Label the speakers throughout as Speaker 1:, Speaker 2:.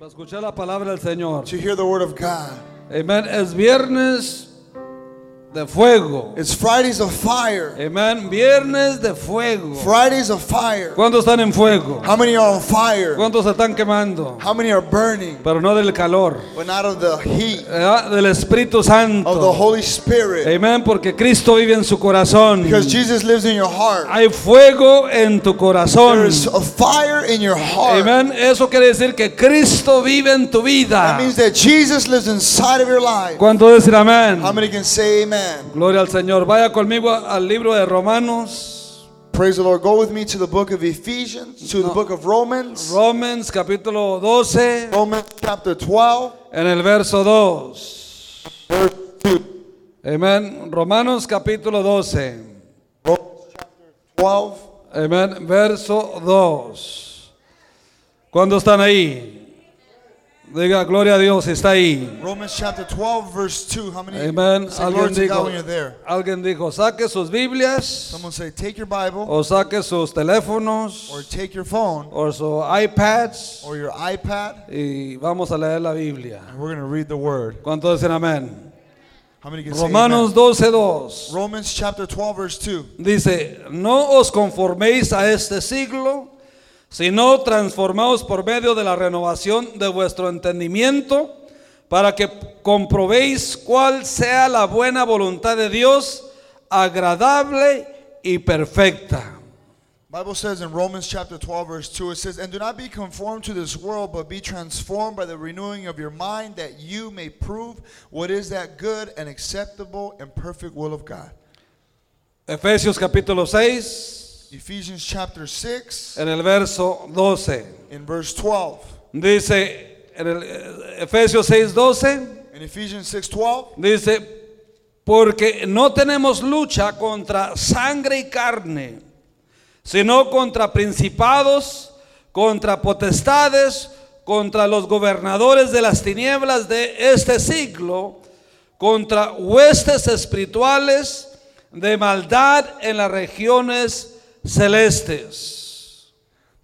Speaker 1: Para escuchar la palabra del Señor.
Speaker 2: to hear the Word of God.
Speaker 1: Amén. Es viernes de fuego.
Speaker 2: It's Fridays of fire.
Speaker 1: Amén. Viernes de fuego.
Speaker 2: Fridays of fire.
Speaker 1: ¿Cuántos están en fuego?
Speaker 2: How many are on fire?
Speaker 1: ¿Cuántos se están quemando?
Speaker 2: How many are burning,
Speaker 1: Pero no del calor,
Speaker 2: but not of the heat
Speaker 1: ¿verdad? del Espíritu
Speaker 2: of the
Speaker 1: Santo.
Speaker 2: Holy Spirit?
Speaker 1: Amén. Porque Cristo vive en su corazón.
Speaker 2: Because Jesus lives in your heart.
Speaker 1: Hay fuego en tu
Speaker 2: There
Speaker 1: corazón.
Speaker 2: is a fire in your heart.
Speaker 1: Amén. Eso quiere decir que Cristo vive en tu vida.
Speaker 2: That means that Jesus lives inside of your life.
Speaker 1: ¿Cuántos dicen amén?
Speaker 2: How many can say amen?
Speaker 1: Gloria al Señor. Vaya conmigo a- al libro de Romanos.
Speaker 2: Praise the Lord. Go with me to the book of Ephesians, to the book of Romans,
Speaker 1: Romans capítulo 12
Speaker 2: Romans chapter 12,
Speaker 1: en el verso 2.
Speaker 2: verse 2.
Speaker 1: Amén. Romanos capítulo 12.
Speaker 2: Romans chapter 12,
Speaker 1: Amén. Verso 2. ¿Cuándo están ahí? Diga gloria a Dios, está ahí.
Speaker 2: Romans chapter 12, verse 2. How many
Speaker 1: Amén.
Speaker 2: say glory
Speaker 1: Alguien
Speaker 2: to God
Speaker 1: dijo,
Speaker 2: when you're there?
Speaker 1: alguien dijo, saque sus Biblias
Speaker 2: Someone say, take your Bible
Speaker 1: o saque sus teléfonos
Speaker 2: or take your phone
Speaker 1: o sus iPads
Speaker 2: or your iPad
Speaker 1: y vamos a leer la Biblia.
Speaker 2: and we're going to read the word.
Speaker 1: ¿Cuántos dicen amén?
Speaker 2: How many can
Speaker 1: Romanos
Speaker 2: say
Speaker 1: 12:2
Speaker 2: amen? Romans chapter 12, verse 2.
Speaker 1: dice, no os conforméis a este siglo, sino transformaos por medio de la renovación de vuestro entendimiento, para que comprobéis cuál sea la buena voluntad de Dios, agradable y perfecta.
Speaker 2: Bible says in Romans chapter 12, verse 2, it says, And do not be conformed to this world, but be transformed by the renewing of your mind, that you may prove what is that good and acceptable and perfect will of God.
Speaker 1: Efesios capítulo 6,
Speaker 2: Ephesians chapter 6,
Speaker 1: en el verso 12,
Speaker 2: in verse 12.
Speaker 1: dice, en el, eh, Efesios 6:12.
Speaker 2: In Ephesians 6, 12.
Speaker 1: Dice, porque no tenemos lucha contra sangre y carne, sino contra principados, contra potestades, contra los gobernadores de las tinieblas de este siglo, contra huestes espirituales de maldad en las regiones celestes.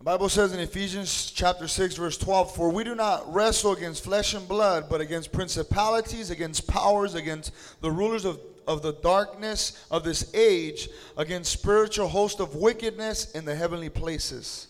Speaker 2: The Bible says in Ephesians chapter 6 verse 12, "For we do not wrestle against flesh and blood, but against principalities, against powers, against the rulers of of the darkness of this age, against spiritual host of wickedness in the heavenly places."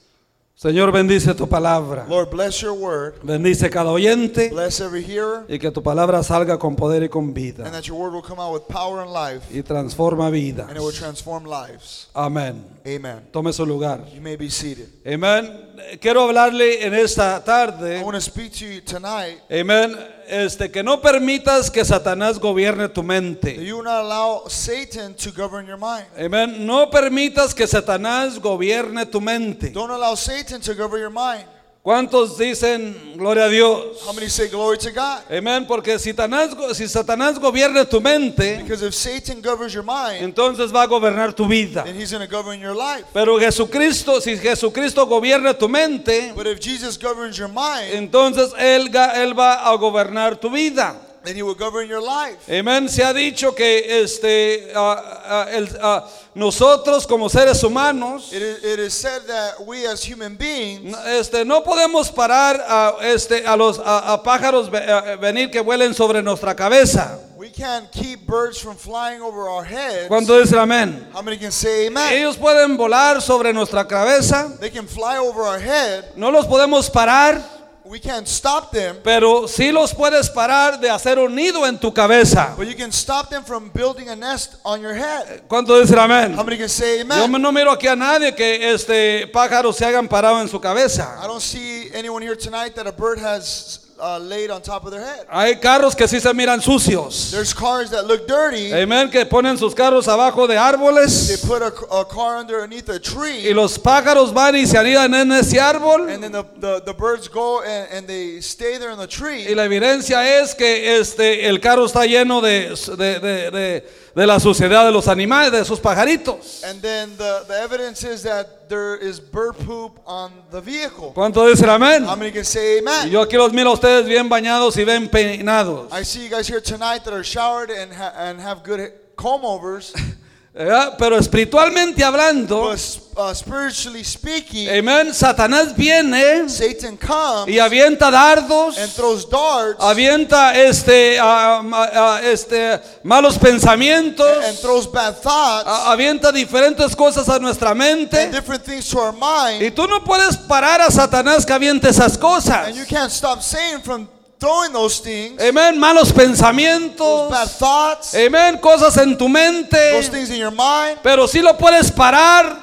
Speaker 1: Señor, bendice tu palabra.
Speaker 2: Lord, bless your word.
Speaker 1: Bendice cada oyente
Speaker 2: Bless every hearer,
Speaker 1: y que tu palabra salga con poder y con vida.
Speaker 2: and that your word will come out with power and life,
Speaker 1: y transforma vidas.
Speaker 2: and it will transform lives.
Speaker 1: Amén.
Speaker 2: Amen.
Speaker 1: Tome su lugar.
Speaker 2: You may be seated.
Speaker 1: Amén. Quiero hablarle en esta
Speaker 2: I
Speaker 1: tarde.
Speaker 2: want to speak to you tonight
Speaker 1: Amén. Este, que no permitas que Satanás gobierne tu
Speaker 2: that
Speaker 1: mente.
Speaker 2: you will not allow Satan to govern your mind.
Speaker 1: Amén. No permitas que Satanás gobierne tu mente.
Speaker 2: Don't allow Satan to govern your mind.
Speaker 1: ¿Cuántos dicen gloria a Dios?
Speaker 2: How many say glory to God?
Speaker 1: Amén. Porque si Satanás, go- si Satanás gobierna tu mente,
Speaker 2: Because if Satan governs your mind,
Speaker 1: entonces va a gobernar tu vida.
Speaker 2: then he's going to govern your life.
Speaker 1: Pero Jesucristo, si Jesucristo gobierna tu mente,
Speaker 2: But if Jesus governs your mind,
Speaker 1: Entonces él, ga- él va a gobernar tu vida.
Speaker 2: then he will govern your life.
Speaker 1: Amén. Se ha dicho que este, ah, ah, el- ah, nosotros como seres humanos
Speaker 2: It is, it is said that we as human beings,
Speaker 1: no- este, no podemos parar a, este, a los a, a pájaros ve- a- venir que vuelen sobre nuestra cabeza.
Speaker 2: we can't keep birds from flying over our heads.
Speaker 1: Cuando dice amén.
Speaker 2: How many can say amen?
Speaker 1: Ellos pueden volar sobre nuestra cabeza.
Speaker 2: They can fly over our head.
Speaker 1: No los podemos parar,
Speaker 2: We can't stop them,
Speaker 1: pero sí los puedes parar de hacer un nido en tu cabeza.
Speaker 2: but you can stop them from building a nest on your head.
Speaker 1: Cuando dice amén.
Speaker 2: How many can say
Speaker 1: Yo
Speaker 2: amen?
Speaker 1: me- no miro aquí a nadie que este pájaros se hagan parado en su
Speaker 2: I
Speaker 1: cabeza.
Speaker 2: don't see anyone here tonight that a bird has uh, laid on top of their head.
Speaker 1: Hay carros que sí se miran sucios.
Speaker 2: There's cars that look dirty.
Speaker 1: Amén, que ponen sus carros abajo de
Speaker 2: They
Speaker 1: árboles
Speaker 2: put a, a car underneath a
Speaker 1: y
Speaker 2: tree,
Speaker 1: los pájaros van y se anidan en ese árbol.
Speaker 2: and then the, the, the birds go and, and they stay there in the
Speaker 1: Y
Speaker 2: tree.
Speaker 1: la evidencia es que este el carro está lleno de, de, de- de- de la suciedad de los animales, de sus pajaritos.
Speaker 2: And then the, the evidence is that there is bird poop on the vehicle.
Speaker 1: ¿Cuánto dicen amén?
Speaker 2: How many can say
Speaker 1: Y
Speaker 2: amen?
Speaker 1: yo aquí los miro a ustedes bien bañados y bien peinados.
Speaker 2: I see you guys here tonight that are showered and, ha- and have good comb overs.
Speaker 1: ¿verdad? Pero espiritualmente hablando,
Speaker 2: But uh, spiritually speaking,
Speaker 1: amén, Satanás viene
Speaker 2: Satan comes
Speaker 1: y avienta dardos,
Speaker 2: and throws darts
Speaker 1: avienta este, ah, ma- ah, este malos
Speaker 2: and
Speaker 1: pensamientos,
Speaker 2: throws bad thoughts
Speaker 1: a- avienta diferentes cosas a nuestra
Speaker 2: and
Speaker 1: mente.
Speaker 2: different things to our mind.
Speaker 1: Y tú no puedes parar a Satanás que aviente esas cosas.
Speaker 2: and you can't stop Satan from throwing those things,
Speaker 1: Amén, malos
Speaker 2: those
Speaker 1: pensamientos.
Speaker 2: bad thoughts,
Speaker 1: Amén, cosas en tu
Speaker 2: those
Speaker 1: mente.
Speaker 2: things in your mind.
Speaker 1: Pero sí lo puedes parar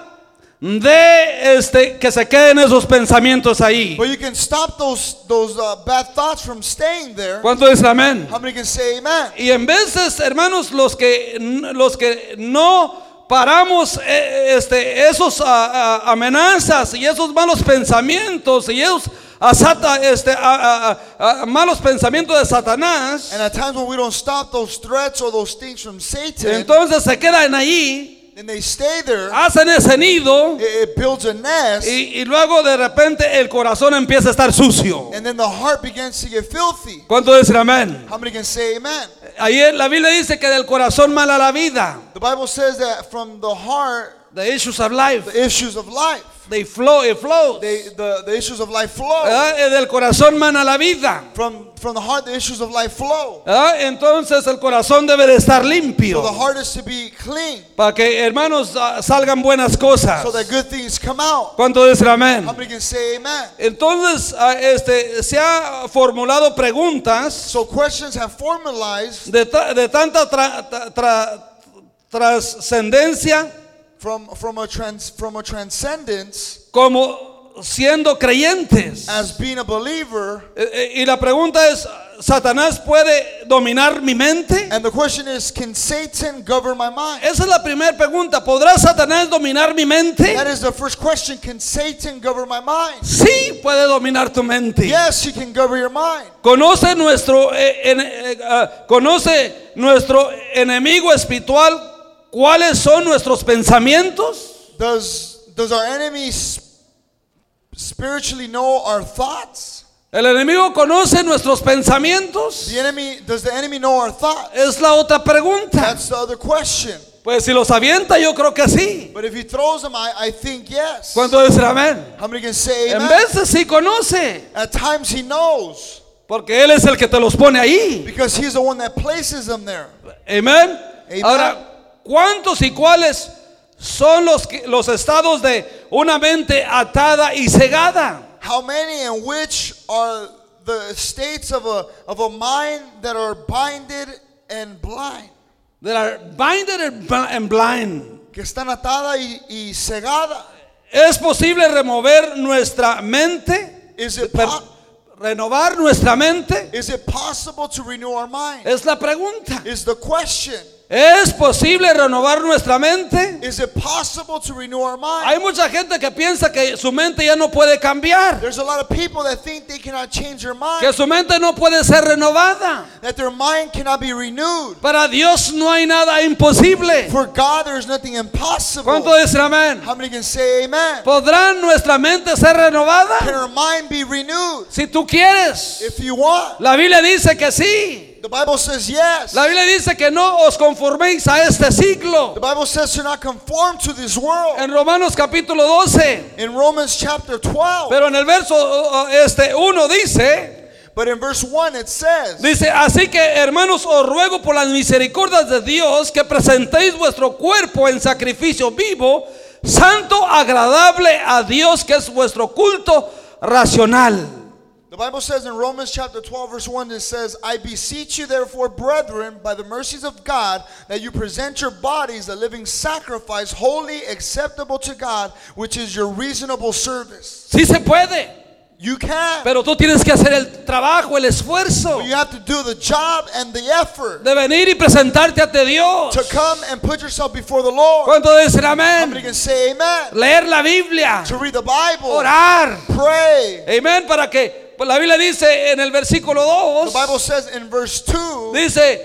Speaker 1: de este, que se queden esos pensamientos ahí.
Speaker 2: But you can stop those those uh, bad thoughts from staying there.
Speaker 1: ¿Cuánto dicen amén?
Speaker 2: How many can say Amen?
Speaker 1: Y en veces, hermanos, los que, los que no paramos eh, este, esos ah, ah, amenazas y esos malos pensamientos y esos asata- este, ah, ah, ah, malos pensamientos de Satanás,
Speaker 2: And at times when we don't stop those threats or those things from Satan,
Speaker 1: entonces se quedan ahí,
Speaker 2: then they stay there.
Speaker 1: hacen ese nido
Speaker 2: It, it builds a nest,
Speaker 1: y, y luego de repente el corazón empieza a estar sucio.
Speaker 2: and then the heart begins to get filthy.
Speaker 1: ¿Cuánto dicen amén?
Speaker 2: How many can say Amen?
Speaker 1: Ayer la Biblia dice que del corazón mala la vida.
Speaker 2: The Bible says that from the heart,
Speaker 1: The issues of life,
Speaker 2: the issues of life,
Speaker 1: they flow, it flows.
Speaker 2: they the, the issues of life flow.
Speaker 1: ¿verdad? Eh, Del corazón mana la vida.
Speaker 2: From from the heart, the issues of life flow.
Speaker 1: ¿verdad? Entonces el corazón debe de estar
Speaker 2: So
Speaker 1: limpio
Speaker 2: the heart is to be clean,
Speaker 1: para que hermanos ah, salgan buenas cosas.
Speaker 2: so that good things come out.
Speaker 1: ¿Cuánto dicen amén?
Speaker 2: How many can say amen?
Speaker 1: Entonces ah, este, se ha formulado preguntas
Speaker 2: So questions have formalized
Speaker 1: de, ta- de tanta tra- tra- tra- trascendencia
Speaker 2: from from a trans from a transcendence
Speaker 1: como siendo creyentes.
Speaker 2: as being a believer.
Speaker 1: Eh, eh, Y la pregunta es, ¿Satanás puede dominar mi mente?
Speaker 2: And the question is, can Satan govern my mind?
Speaker 1: Esa es la primera pregunta. ¿Podrá Satanás dominar mi mente?
Speaker 2: That is the first question. Can Satan govern my mind?
Speaker 1: Sí puede dominar tu mente.
Speaker 2: Yes, he can govern your mind.
Speaker 1: Conoce nuestro eh, en- eh, ah, conoce nuestro enemigo espiritual. ¿Cuáles son nuestros pensamientos?
Speaker 2: Does does our enemy s- spiritually know our thoughts?
Speaker 1: El enemigo conoce nuestros pensamientos.
Speaker 2: The enemy does the enemy know our thoughts?
Speaker 1: Es la otra pregunta.
Speaker 2: That's the other question.
Speaker 1: Pues si los avienta, yo creo que sí.
Speaker 2: But if he throws them, I, I think yes.
Speaker 1: ¿Cuánto dicen amén?
Speaker 2: How many can say
Speaker 1: En
Speaker 2: amen?
Speaker 1: veces sí conoce,
Speaker 2: At times he knows
Speaker 1: porque él es el que te los pone ahí.
Speaker 2: because he's the one that places them there.
Speaker 1: Amén.
Speaker 2: Amen.
Speaker 1: Ahora, ¿cuántos y cuáles son los, que- los estados de una mente atada y cegada?
Speaker 2: How many and which are the states of a of a mind that are binded and blind?
Speaker 1: They are blinded and bl- and blind.
Speaker 2: Que están atada y, y cegada.
Speaker 1: ¿Es posible remover nuestra mente?
Speaker 2: Is it
Speaker 1: Per-
Speaker 2: po-
Speaker 1: ¿Renovar nuestra mente?
Speaker 2: is it possible to renew our mind?
Speaker 1: Es la pregunta.
Speaker 2: Is the question.
Speaker 1: ¿Es posible renovar nuestra mente?
Speaker 2: Is it possible to renew our mind?
Speaker 1: Hay mucha gente que piensa que su mente ya no puede cambiar,
Speaker 2: There's a lot of people that think they cannot change their
Speaker 1: que
Speaker 2: mind,
Speaker 1: su mente no puede ser renovada.
Speaker 2: that their mind cannot be renewed.
Speaker 1: Para Dios no hay nada imposible.
Speaker 2: For God, there is nothing impossible.
Speaker 1: ¿Cuánto dicen amén?
Speaker 2: How many can say amen?
Speaker 1: ¿Podrá nuestra mente ser
Speaker 2: Can
Speaker 1: renovada?
Speaker 2: our mind be renewed?
Speaker 1: Si tú quieres.
Speaker 2: If you want.
Speaker 1: La Biblia dice que sí.
Speaker 2: The Bible says yes.
Speaker 1: La
Speaker 2: The
Speaker 1: Biblia dice que no os conforméis a este siglo.
Speaker 2: Bible says to not conform to this world.
Speaker 1: En Romanos capítulo 12.
Speaker 2: In Romans chapter 12,
Speaker 1: Pero en el verso oh, oh, este 1 dice,
Speaker 2: but in verse 1 it says,
Speaker 1: dice, así que hermanos os ruego por las misericordias de Dios que presentéis vuestro cuerpo en sacrificio vivo, santo, agradable a Dios, que es vuestro culto racional.
Speaker 2: the Bible says in Romans chapter 12, verse 1, it says, I beseech you therefore, brethren, by the mercies of God, that you present your bodies a living sacrifice, holy, acceptable to God, which is your reasonable service.
Speaker 1: Sí se puede,
Speaker 2: You can.
Speaker 1: pero tú tienes que hacer el trabajo, el esfuerzo
Speaker 2: But you have to do the job and the effort
Speaker 1: de venir y presentarte ante Dios.
Speaker 2: to come and put yourself before the Lord.
Speaker 1: ¿Cuánto dicen
Speaker 2: Somebody
Speaker 1: amén?
Speaker 2: can say amen.
Speaker 1: Leer la Biblia,
Speaker 2: To read the Bible.
Speaker 1: orar.
Speaker 2: Pray.
Speaker 1: Amén, para que pues la Biblia dice en el versículo
Speaker 2: The
Speaker 1: 2,
Speaker 2: Bible says in verse 2,
Speaker 1: dice,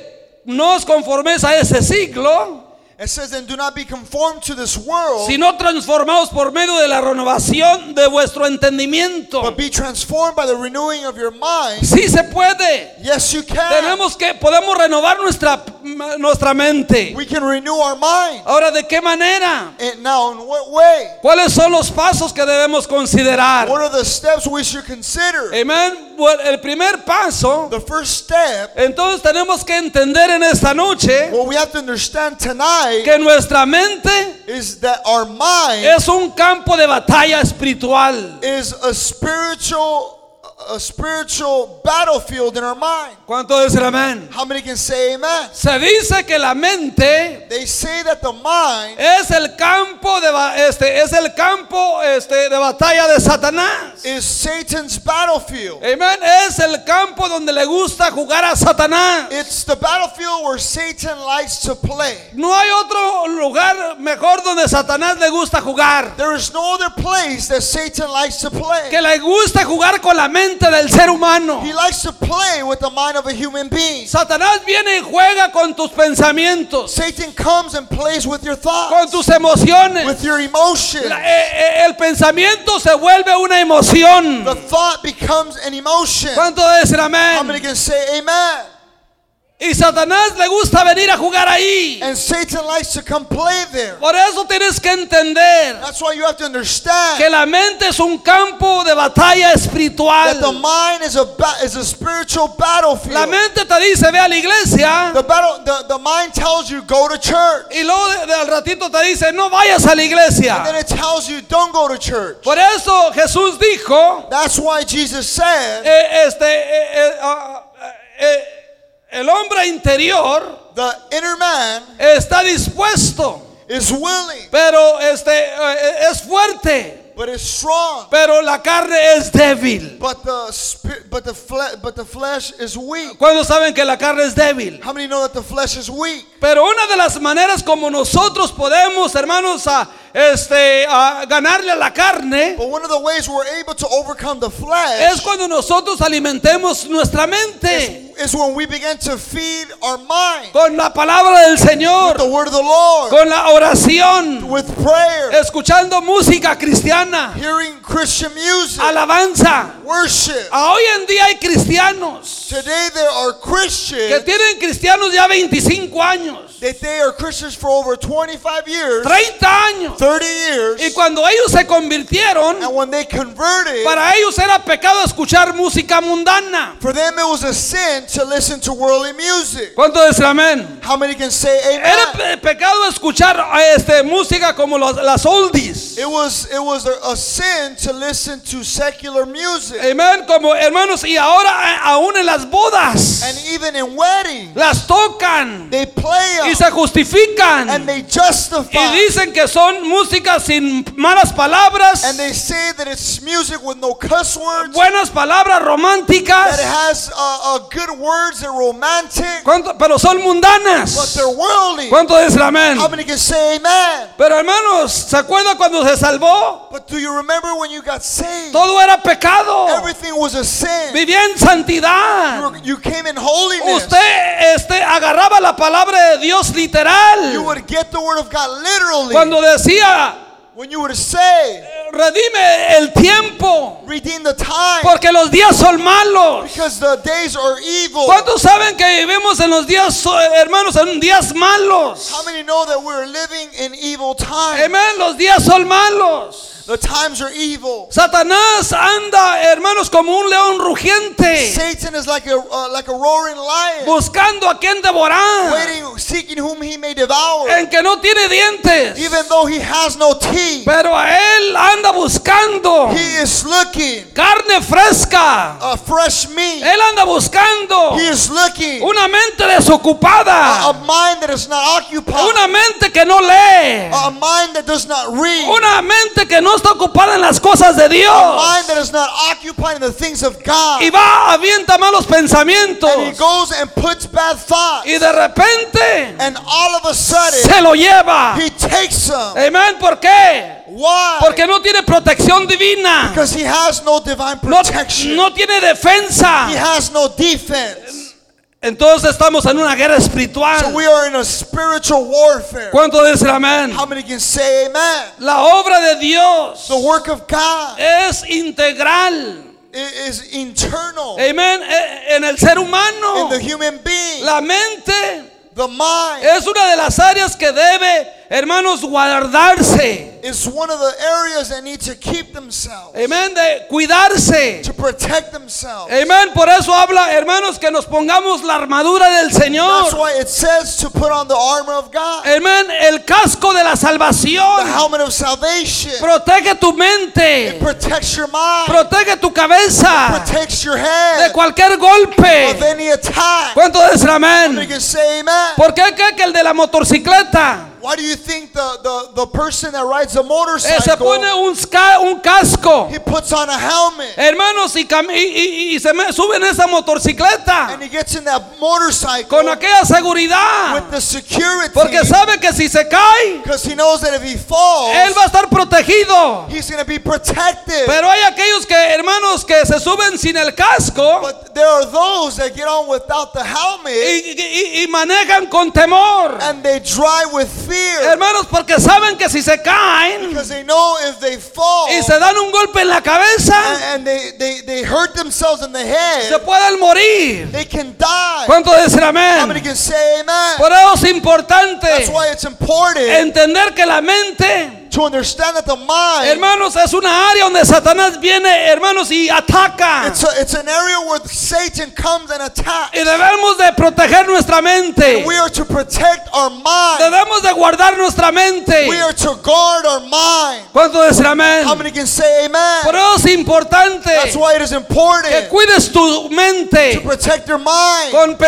Speaker 1: no os conforméis a ese siglo,
Speaker 2: it says, And do not be conformed to this world,
Speaker 1: sino transformaos por medio de la renovación de vuestro entendimiento.
Speaker 2: but be transformed by the renewing of your mind.
Speaker 1: Sí se puede.
Speaker 2: Yes, you can.
Speaker 1: Tenemos que, podemos renovar nuestra ma- nuestra mente.
Speaker 2: We can renew our mind.
Speaker 1: Ahora, ¿de qué manera?
Speaker 2: And now, in what way?
Speaker 1: ¿Cuáles son los pasos que debemos considerar?
Speaker 2: What are the steps we should
Speaker 1: Eh.
Speaker 2: consider?
Speaker 1: Amén. Bueno, el primer paso,
Speaker 2: The first step,
Speaker 1: entonces tenemos que entender en esta noche
Speaker 2: what we have to understand tonight,
Speaker 1: que nuestra mente
Speaker 2: is that our mind
Speaker 1: es un campo de batalla espiritual.
Speaker 2: is a spiritual, a spiritual battlefield in our mind.
Speaker 1: ¿Cuánto dicen amén?
Speaker 2: How many can say amen?
Speaker 1: Se dice que la mente
Speaker 2: They say that the mind
Speaker 1: es el campo de ba- este es el campo este de batalla de Satanás.
Speaker 2: is Satan's battlefield.
Speaker 1: Amén, es el campo donde le gusta jugar a Satanás.
Speaker 2: It's the battlefield where Satan likes to play.
Speaker 1: No hay otro lugar mejor donde Satanás le gusta jugar.
Speaker 2: There is no other place that Satan likes to play.
Speaker 1: Que le gusta jugar con la mente del ser humano.
Speaker 2: He likes to play with the mind of a human being.
Speaker 1: Satanás viene y juega con tus pensamientos,
Speaker 2: Satan comes and plays with your
Speaker 1: con
Speaker 2: thoughts,
Speaker 1: tus emociones.
Speaker 2: with your emotions.
Speaker 1: La- eh, eh, el pensamiento se vuelve una emoción.
Speaker 2: The thought becomes an emotion.
Speaker 1: ¿Cuánto dicen
Speaker 2: How many
Speaker 1: amén?
Speaker 2: can say amen?
Speaker 1: Y Satanás le gusta venir a jugar ahí.
Speaker 2: And Satan likes to come play there.
Speaker 1: Por eso tienes que entender
Speaker 2: That's why you have
Speaker 1: que
Speaker 2: to understand
Speaker 1: la mente es un campo de batalla
Speaker 2: that the
Speaker 1: espiritual.
Speaker 2: mind is a ba- is a spiritual
Speaker 1: La
Speaker 2: battlefield.
Speaker 1: mente te dice, ve a la iglesia.
Speaker 2: The battle the, the mind tells you go to church.
Speaker 1: Y luego de- de- al ratito te dice, no vayas a la
Speaker 2: Then
Speaker 1: iglesia.
Speaker 2: it tells you don't go to church.
Speaker 1: Por eso Jesús dijo,
Speaker 2: That's why Jesus said
Speaker 1: eh, este, eh, eh, ah, eh, el hombre interior
Speaker 2: the inner man
Speaker 1: está dispuesto,
Speaker 2: is willing
Speaker 1: pero este, eh, es fuerte,
Speaker 2: but is strong.
Speaker 1: pero la carne es débil.
Speaker 2: But the spirit but the fle- but the flesh is weak.
Speaker 1: ¿Cuándo saben que la carne es débil?
Speaker 2: How many know that the flesh is weak?
Speaker 1: Pero una de las maneras como nosotros podemos, hermanos, a, este, a ganarle a la carne
Speaker 2: But one of the ways we're able to overcome the flesh
Speaker 1: es cuando nosotros alimentemos nuestra mente.
Speaker 2: is when we begin to feed our mind
Speaker 1: con la palabra del
Speaker 2: the
Speaker 1: Señor,
Speaker 2: word of the Lord
Speaker 1: con la oración,
Speaker 2: with prayer,
Speaker 1: escuchando música cristiana,
Speaker 2: hearing Christian music,
Speaker 1: alabanza.
Speaker 2: worship.
Speaker 1: Ah, Hoy en día hay cristianos
Speaker 2: Today there are
Speaker 1: que
Speaker 2: Christians
Speaker 1: tienen cristianos ya 25 años,
Speaker 2: that they are Christians for over 25 years,
Speaker 1: 30 años.
Speaker 2: 30
Speaker 1: Y
Speaker 2: years,
Speaker 1: cuando ellos se convirtieron,
Speaker 2: and when they converted,
Speaker 1: para ellos era pecado escuchar música mundana.
Speaker 2: for them it was a sin to listen to worldly music.
Speaker 1: ¿Cuánto dicen amén?
Speaker 2: How many can say
Speaker 1: Era
Speaker 2: amen?
Speaker 1: pe- pecado escuchar este, música como los- las oldies.
Speaker 2: It was it was a, a sin to listen to secular music,
Speaker 1: Amén, como hermanos, y ahora a- aún en las bodas.
Speaker 2: and even in weddings
Speaker 1: las tocan
Speaker 2: they play
Speaker 1: y
Speaker 2: them
Speaker 1: se justifican
Speaker 2: and they
Speaker 1: y
Speaker 2: justify.
Speaker 1: dicen que son músicas sin malas palabras,
Speaker 2: And they say that it's music with no cuss words,
Speaker 1: buenas palabras
Speaker 2: that it
Speaker 1: románticas,
Speaker 2: has uh, uh, good words and romantic,
Speaker 1: ¿Cuánto- pero son
Speaker 2: but
Speaker 1: mundanas.
Speaker 2: they're worldly.
Speaker 1: ¿Cuánto es el amén?
Speaker 2: How many can say amen?
Speaker 1: Pero hermanos, ¿se acuerda cuando se salvó?
Speaker 2: But do you remember when you got saved?
Speaker 1: Todo era pecado.
Speaker 2: Everything was a sin.
Speaker 1: Vivía en
Speaker 2: You,
Speaker 1: santidad.
Speaker 2: were- you came in holiness.
Speaker 1: Usted este, agarraba la palabra de Dios
Speaker 2: You
Speaker 1: literal.
Speaker 2: would get the word of God literally.
Speaker 1: Cuando decía,
Speaker 2: when you would say,
Speaker 1: redime el tiempo,
Speaker 2: redeem the time.
Speaker 1: porque los días son malos.
Speaker 2: because the days are evil.
Speaker 1: ¿Cuántos saben que vivimos en los días, eh, hermanos, en días malos?
Speaker 2: How many know that we're living in evil times?
Speaker 1: Amén, los días son malos.
Speaker 2: The times are evil.
Speaker 1: Satanás anda, hermanos, como un león rugiente,
Speaker 2: Satan is like a uh, like a roaring lion.
Speaker 1: buscando a quien devorar,
Speaker 2: waiting, seeking whom he may devour,
Speaker 1: en que no tiene dientes,
Speaker 2: even though he has no teeth.
Speaker 1: pero a él anda buscando
Speaker 2: He is looking
Speaker 1: carne fresca.
Speaker 2: a fresh meat.
Speaker 1: Él anda buscando
Speaker 2: He is looking
Speaker 1: una mente
Speaker 2: a, a
Speaker 1: desocupada,
Speaker 2: mind that is not occupied,
Speaker 1: una mente que no lee,
Speaker 2: a mind that does not read,
Speaker 1: una mente que no está ocupada en las cosas de
Speaker 2: a
Speaker 1: Dios.
Speaker 2: mind that is not occupied in the things of
Speaker 1: y
Speaker 2: God.
Speaker 1: va, avienta malos pensamientos
Speaker 2: And he goes and puts bad thoughts,
Speaker 1: y de repente
Speaker 2: and all of a sudden
Speaker 1: se lo lleva.
Speaker 2: he takes them.
Speaker 1: Amén, ¿por qué?
Speaker 2: Why?
Speaker 1: Porque no tiene protección divina.
Speaker 2: Because he has no divine
Speaker 1: No,
Speaker 2: protection.
Speaker 1: no tiene
Speaker 2: He
Speaker 1: defensa.
Speaker 2: has no defense.
Speaker 1: Entonces estamos en una guerra espiritual.
Speaker 2: So we are in a spiritual warfare.
Speaker 1: ¿Cuánto dicen amén?
Speaker 2: How many can say amen?
Speaker 1: La obra de Dios
Speaker 2: The work of God
Speaker 1: es integral.
Speaker 2: i- is internal
Speaker 1: Amén, eh, en el ser
Speaker 2: in
Speaker 1: humano.
Speaker 2: the human being.
Speaker 1: La mente
Speaker 2: The mind
Speaker 1: Es una de las áreas que debe, hermanos, guardarse.
Speaker 2: is one of the areas that need to keep themselves,
Speaker 1: Amén, de cuidarse.
Speaker 2: to protect themselves.
Speaker 1: Amén, por eso habla, hermanos, que nos pongamos la armadura del
Speaker 2: That's
Speaker 1: Señor.
Speaker 2: why it says to put on the armor of God,
Speaker 1: Amén, el casco de la
Speaker 2: the
Speaker 1: salvación.
Speaker 2: helmet of salvation.
Speaker 1: Protege tu
Speaker 2: It
Speaker 1: mente.
Speaker 2: protects your mind,
Speaker 1: Protege tu cabeza
Speaker 2: protects your
Speaker 1: de
Speaker 2: head
Speaker 1: cualquier
Speaker 2: of
Speaker 1: golpe.
Speaker 2: any attack.
Speaker 1: ¿Cuánto dicen
Speaker 2: You
Speaker 1: amén?
Speaker 2: can say amen.
Speaker 1: ¿Por qué cree que el de la motocicleta
Speaker 2: Why do you think the, the, the person that rides a
Speaker 1: eh, se pone
Speaker 2: motorcycle,
Speaker 1: un, ca- un casco?
Speaker 2: he puts on a helmet
Speaker 1: Hermanos, y, cam- y- y- y se me suben esa motocicleta
Speaker 2: and he gets in that motorcycle
Speaker 1: con
Speaker 2: with
Speaker 1: aquella seguridad.
Speaker 2: the security
Speaker 1: Porque sabe que si se cae,
Speaker 2: because he knows that if he falls,
Speaker 1: él va a estar protegido.
Speaker 2: he's going to be protected.
Speaker 1: Pero hay aquellos que, hermanos, que se suben sin el casco
Speaker 2: But there are those that get on without the helmet
Speaker 1: y, y- y- y manejan con temor.
Speaker 2: and they drive with fear
Speaker 1: Hermanos, porque saben que si se caen
Speaker 2: because they know if they fall
Speaker 1: y se dan un golpe en la
Speaker 2: and,
Speaker 1: cabeza,
Speaker 2: and they, they, they hurt themselves in the head,
Speaker 1: se pueden morir.
Speaker 2: they can die.
Speaker 1: ¿Cuánto dicen
Speaker 2: Somebody
Speaker 1: amén?
Speaker 2: can say amen.
Speaker 1: Por eso es importante
Speaker 2: That's why it's important
Speaker 1: entender que la mente
Speaker 2: to understand that the mind
Speaker 1: Hermanos, es una área donde Satanás viene, hermanos, y ataca.
Speaker 2: it's, a, it's an area where Satan comes and attacks.
Speaker 1: Y debemos de proteger nuestra mente.
Speaker 2: We are to protect our mind.
Speaker 1: Debemos de guardar nuestra mente.
Speaker 2: We are to guard our mind.
Speaker 1: ¿Cuánto dicen amén?
Speaker 2: How many can say
Speaker 1: Por
Speaker 2: amen?
Speaker 1: eso es importante
Speaker 2: That's why it is
Speaker 1: que
Speaker 2: important
Speaker 1: cuides tu
Speaker 2: to
Speaker 1: mente
Speaker 2: protect your mind
Speaker 1: con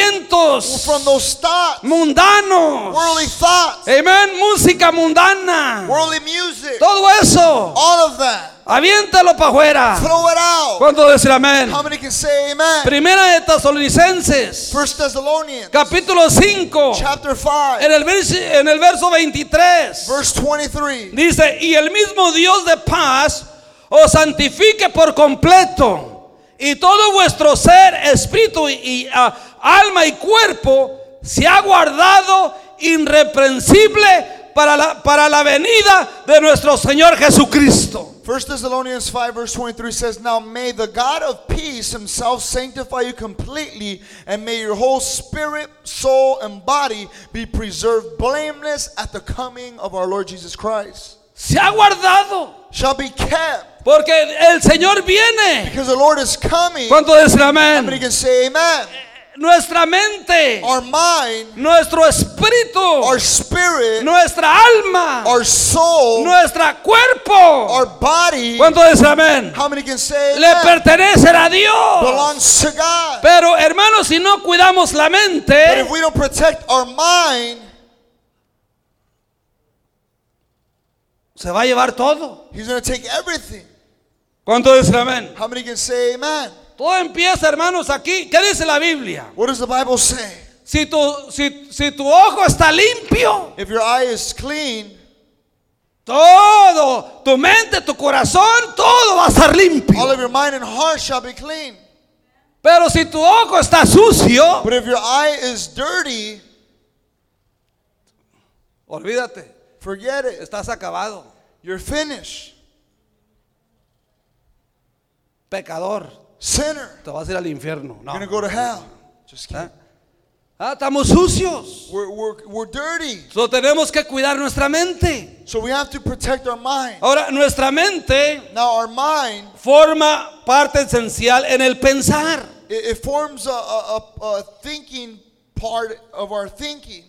Speaker 1: pensamientos
Speaker 2: from those thoughts,
Speaker 1: mundanos.
Speaker 2: worldly thoughts,
Speaker 1: Amén, música mundana.
Speaker 2: worldly music,
Speaker 1: Todo eso,
Speaker 2: all of that.
Speaker 1: aviéntalo para afuera.
Speaker 2: Throw it out.
Speaker 1: ¿Cuánto dicen amén?
Speaker 2: How many can say amen?
Speaker 1: Primera de Tesalonicenses,
Speaker 2: First Thessalonians
Speaker 1: capítulo 5.
Speaker 2: chapter 5,
Speaker 1: En el, versi- en el verso 23
Speaker 2: verse 23.
Speaker 1: dice, y el mismo Dios de paz os santifique por completo, y todo vuestro ser, espíritu y ah, alma y cuerpo se ha guardado irreprensible para la, para la venida de nuestro Señor Jesucristo.
Speaker 2: First Thessalonians 5 verse 23 says, Now may the God of peace himself sanctify you completely, and may your whole spirit, soul, and body be preserved blameless at the coming of our Lord Jesus Christ.
Speaker 1: Se ha guardado,
Speaker 2: Shall be kept,
Speaker 1: porque el Señor viene.
Speaker 2: because the Lord is coming.
Speaker 1: ¿Cuánto dicen
Speaker 2: Somebody
Speaker 1: amén?
Speaker 2: can say amen.
Speaker 1: Nuestra mente,
Speaker 2: Our mind,
Speaker 1: nuestro espíritu,
Speaker 2: our spirit,
Speaker 1: nuestra alma.
Speaker 2: our soul,
Speaker 1: Nuestra cuerpo.
Speaker 2: our body.
Speaker 1: ¿Cuánto dice amén?
Speaker 2: How many can say
Speaker 1: Le
Speaker 2: amen?
Speaker 1: pertenecen a Dios.
Speaker 2: Belongs to God.
Speaker 1: Pero hermanos, si no cuidamos la
Speaker 2: But
Speaker 1: mente,
Speaker 2: if we don't protect our mind,
Speaker 1: se va a llevar todo.
Speaker 2: he's going to take everything.
Speaker 1: ¿Cuánto dice amén?
Speaker 2: How many can say amen?
Speaker 1: Todo empieza, hermanos, aquí. ¿Qué dice la Biblia?
Speaker 2: What does the Bible say?
Speaker 1: Si tu, si, si tu ojo está limpio,
Speaker 2: If your eye is clean,
Speaker 1: todo, tu mente, tu corazón, todo va a estar limpio.
Speaker 2: all of your mind and heart shall be clean.
Speaker 1: Pero si tu ojo está sucio,
Speaker 2: But if your eye is dirty,
Speaker 1: olvídate,
Speaker 2: forget it.
Speaker 1: estás acabado.
Speaker 2: You're finished.
Speaker 1: Pecador,
Speaker 2: Sinner.
Speaker 1: te vas a ir al infierno. No.
Speaker 2: You're going to go to hell. Just kidding.
Speaker 1: ¿Eh? Ah, estamos sucios.
Speaker 2: We're, we're, we're dirty.
Speaker 1: So, tenemos que cuidar nuestra mente.
Speaker 2: So we have to protect our mind.
Speaker 1: Ahora, nuestra mente
Speaker 2: Now, our mind,
Speaker 1: forma parte esencial en el pensar.
Speaker 2: it, it forms a, a, a, a thinking part of our thinking.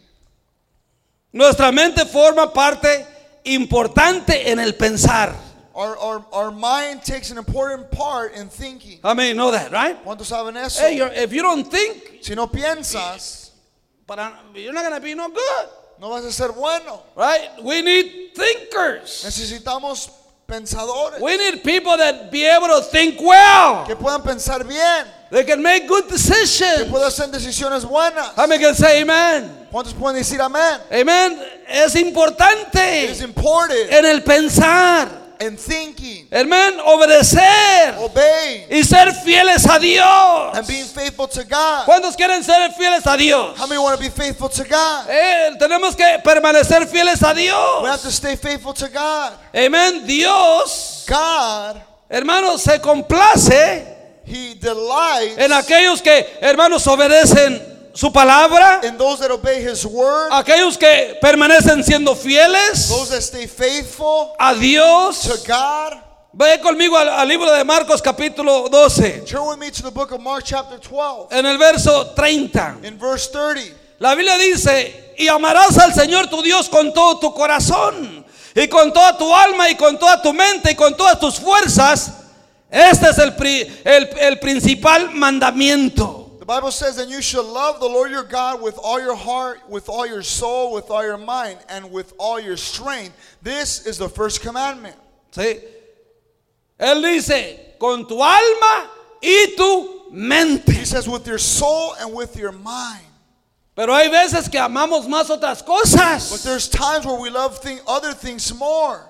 Speaker 1: Nuestra mente forma parte importante en el pensar.
Speaker 2: Our, our, our mind takes an important part in thinking.
Speaker 1: I mean, you know that, right?
Speaker 2: ¿Cuántos saben eso?
Speaker 1: Hey, you're- if you don't think,
Speaker 2: Si no piensas,
Speaker 1: para- you're not gonna be no good,
Speaker 2: no vas a ser bueno.
Speaker 1: right? We need thinkers.
Speaker 2: Necesitamos pensadores
Speaker 1: We need people that be able to think well.
Speaker 2: que puedan pensar bien,
Speaker 1: They can make good
Speaker 2: que
Speaker 1: decisions.
Speaker 2: puedan hacer decisiones buenas.
Speaker 1: How many can say amen?
Speaker 2: ¿Cuántos pueden decir amén?
Speaker 1: Amen. Es
Speaker 2: It is
Speaker 1: importante
Speaker 2: important
Speaker 1: en el pensar.
Speaker 2: in thinking,
Speaker 1: Hermano, obedecer
Speaker 2: obeying,
Speaker 1: y ser fieles a Dios.
Speaker 2: and being faithful to God.
Speaker 1: ¿Cuántos quieren ser fieles a Dios?
Speaker 2: How many want to be faithful to God?
Speaker 1: Eh, tenemos que permanecer fieles a
Speaker 2: We have to
Speaker 1: Dios.
Speaker 2: stay faithful to God.
Speaker 1: Amén. Dios,
Speaker 2: God,
Speaker 1: hermanos, se complace
Speaker 2: He delights
Speaker 1: en aquellos que, hermanos, obedecen su palabra,
Speaker 2: And those that obey his word,
Speaker 1: aquellos que permanecen siendo
Speaker 2: those
Speaker 1: fieles
Speaker 2: that stay faithful
Speaker 1: a
Speaker 2: to
Speaker 1: Dios.
Speaker 2: God.
Speaker 1: Ve conmigo al, al libro de Marcos capítulo 12,
Speaker 2: Turn with me to the book of Mark, chapter 12,
Speaker 1: en el verso 30.
Speaker 2: in verse 30.
Speaker 1: La Biblia dice, y amarás al Señor tu Dios con todo tu corazón, y con toda tu alma, y con toda tu mente, y con todas tus fuerzas. Este es el, pri- el- el principal mandamiento.
Speaker 2: The Bible says, And you shall love the Lord your God with all your heart, with all your soul, with all your mind, and with all your strength. This is the first commandment.
Speaker 1: ¿sí? Él dice, con tu alma y tu mente.
Speaker 2: He says, With your soul and with your mind.
Speaker 1: Pero hay veces que amamos más otras
Speaker 2: But
Speaker 1: cosas
Speaker 2: there's times where we love thing, other things more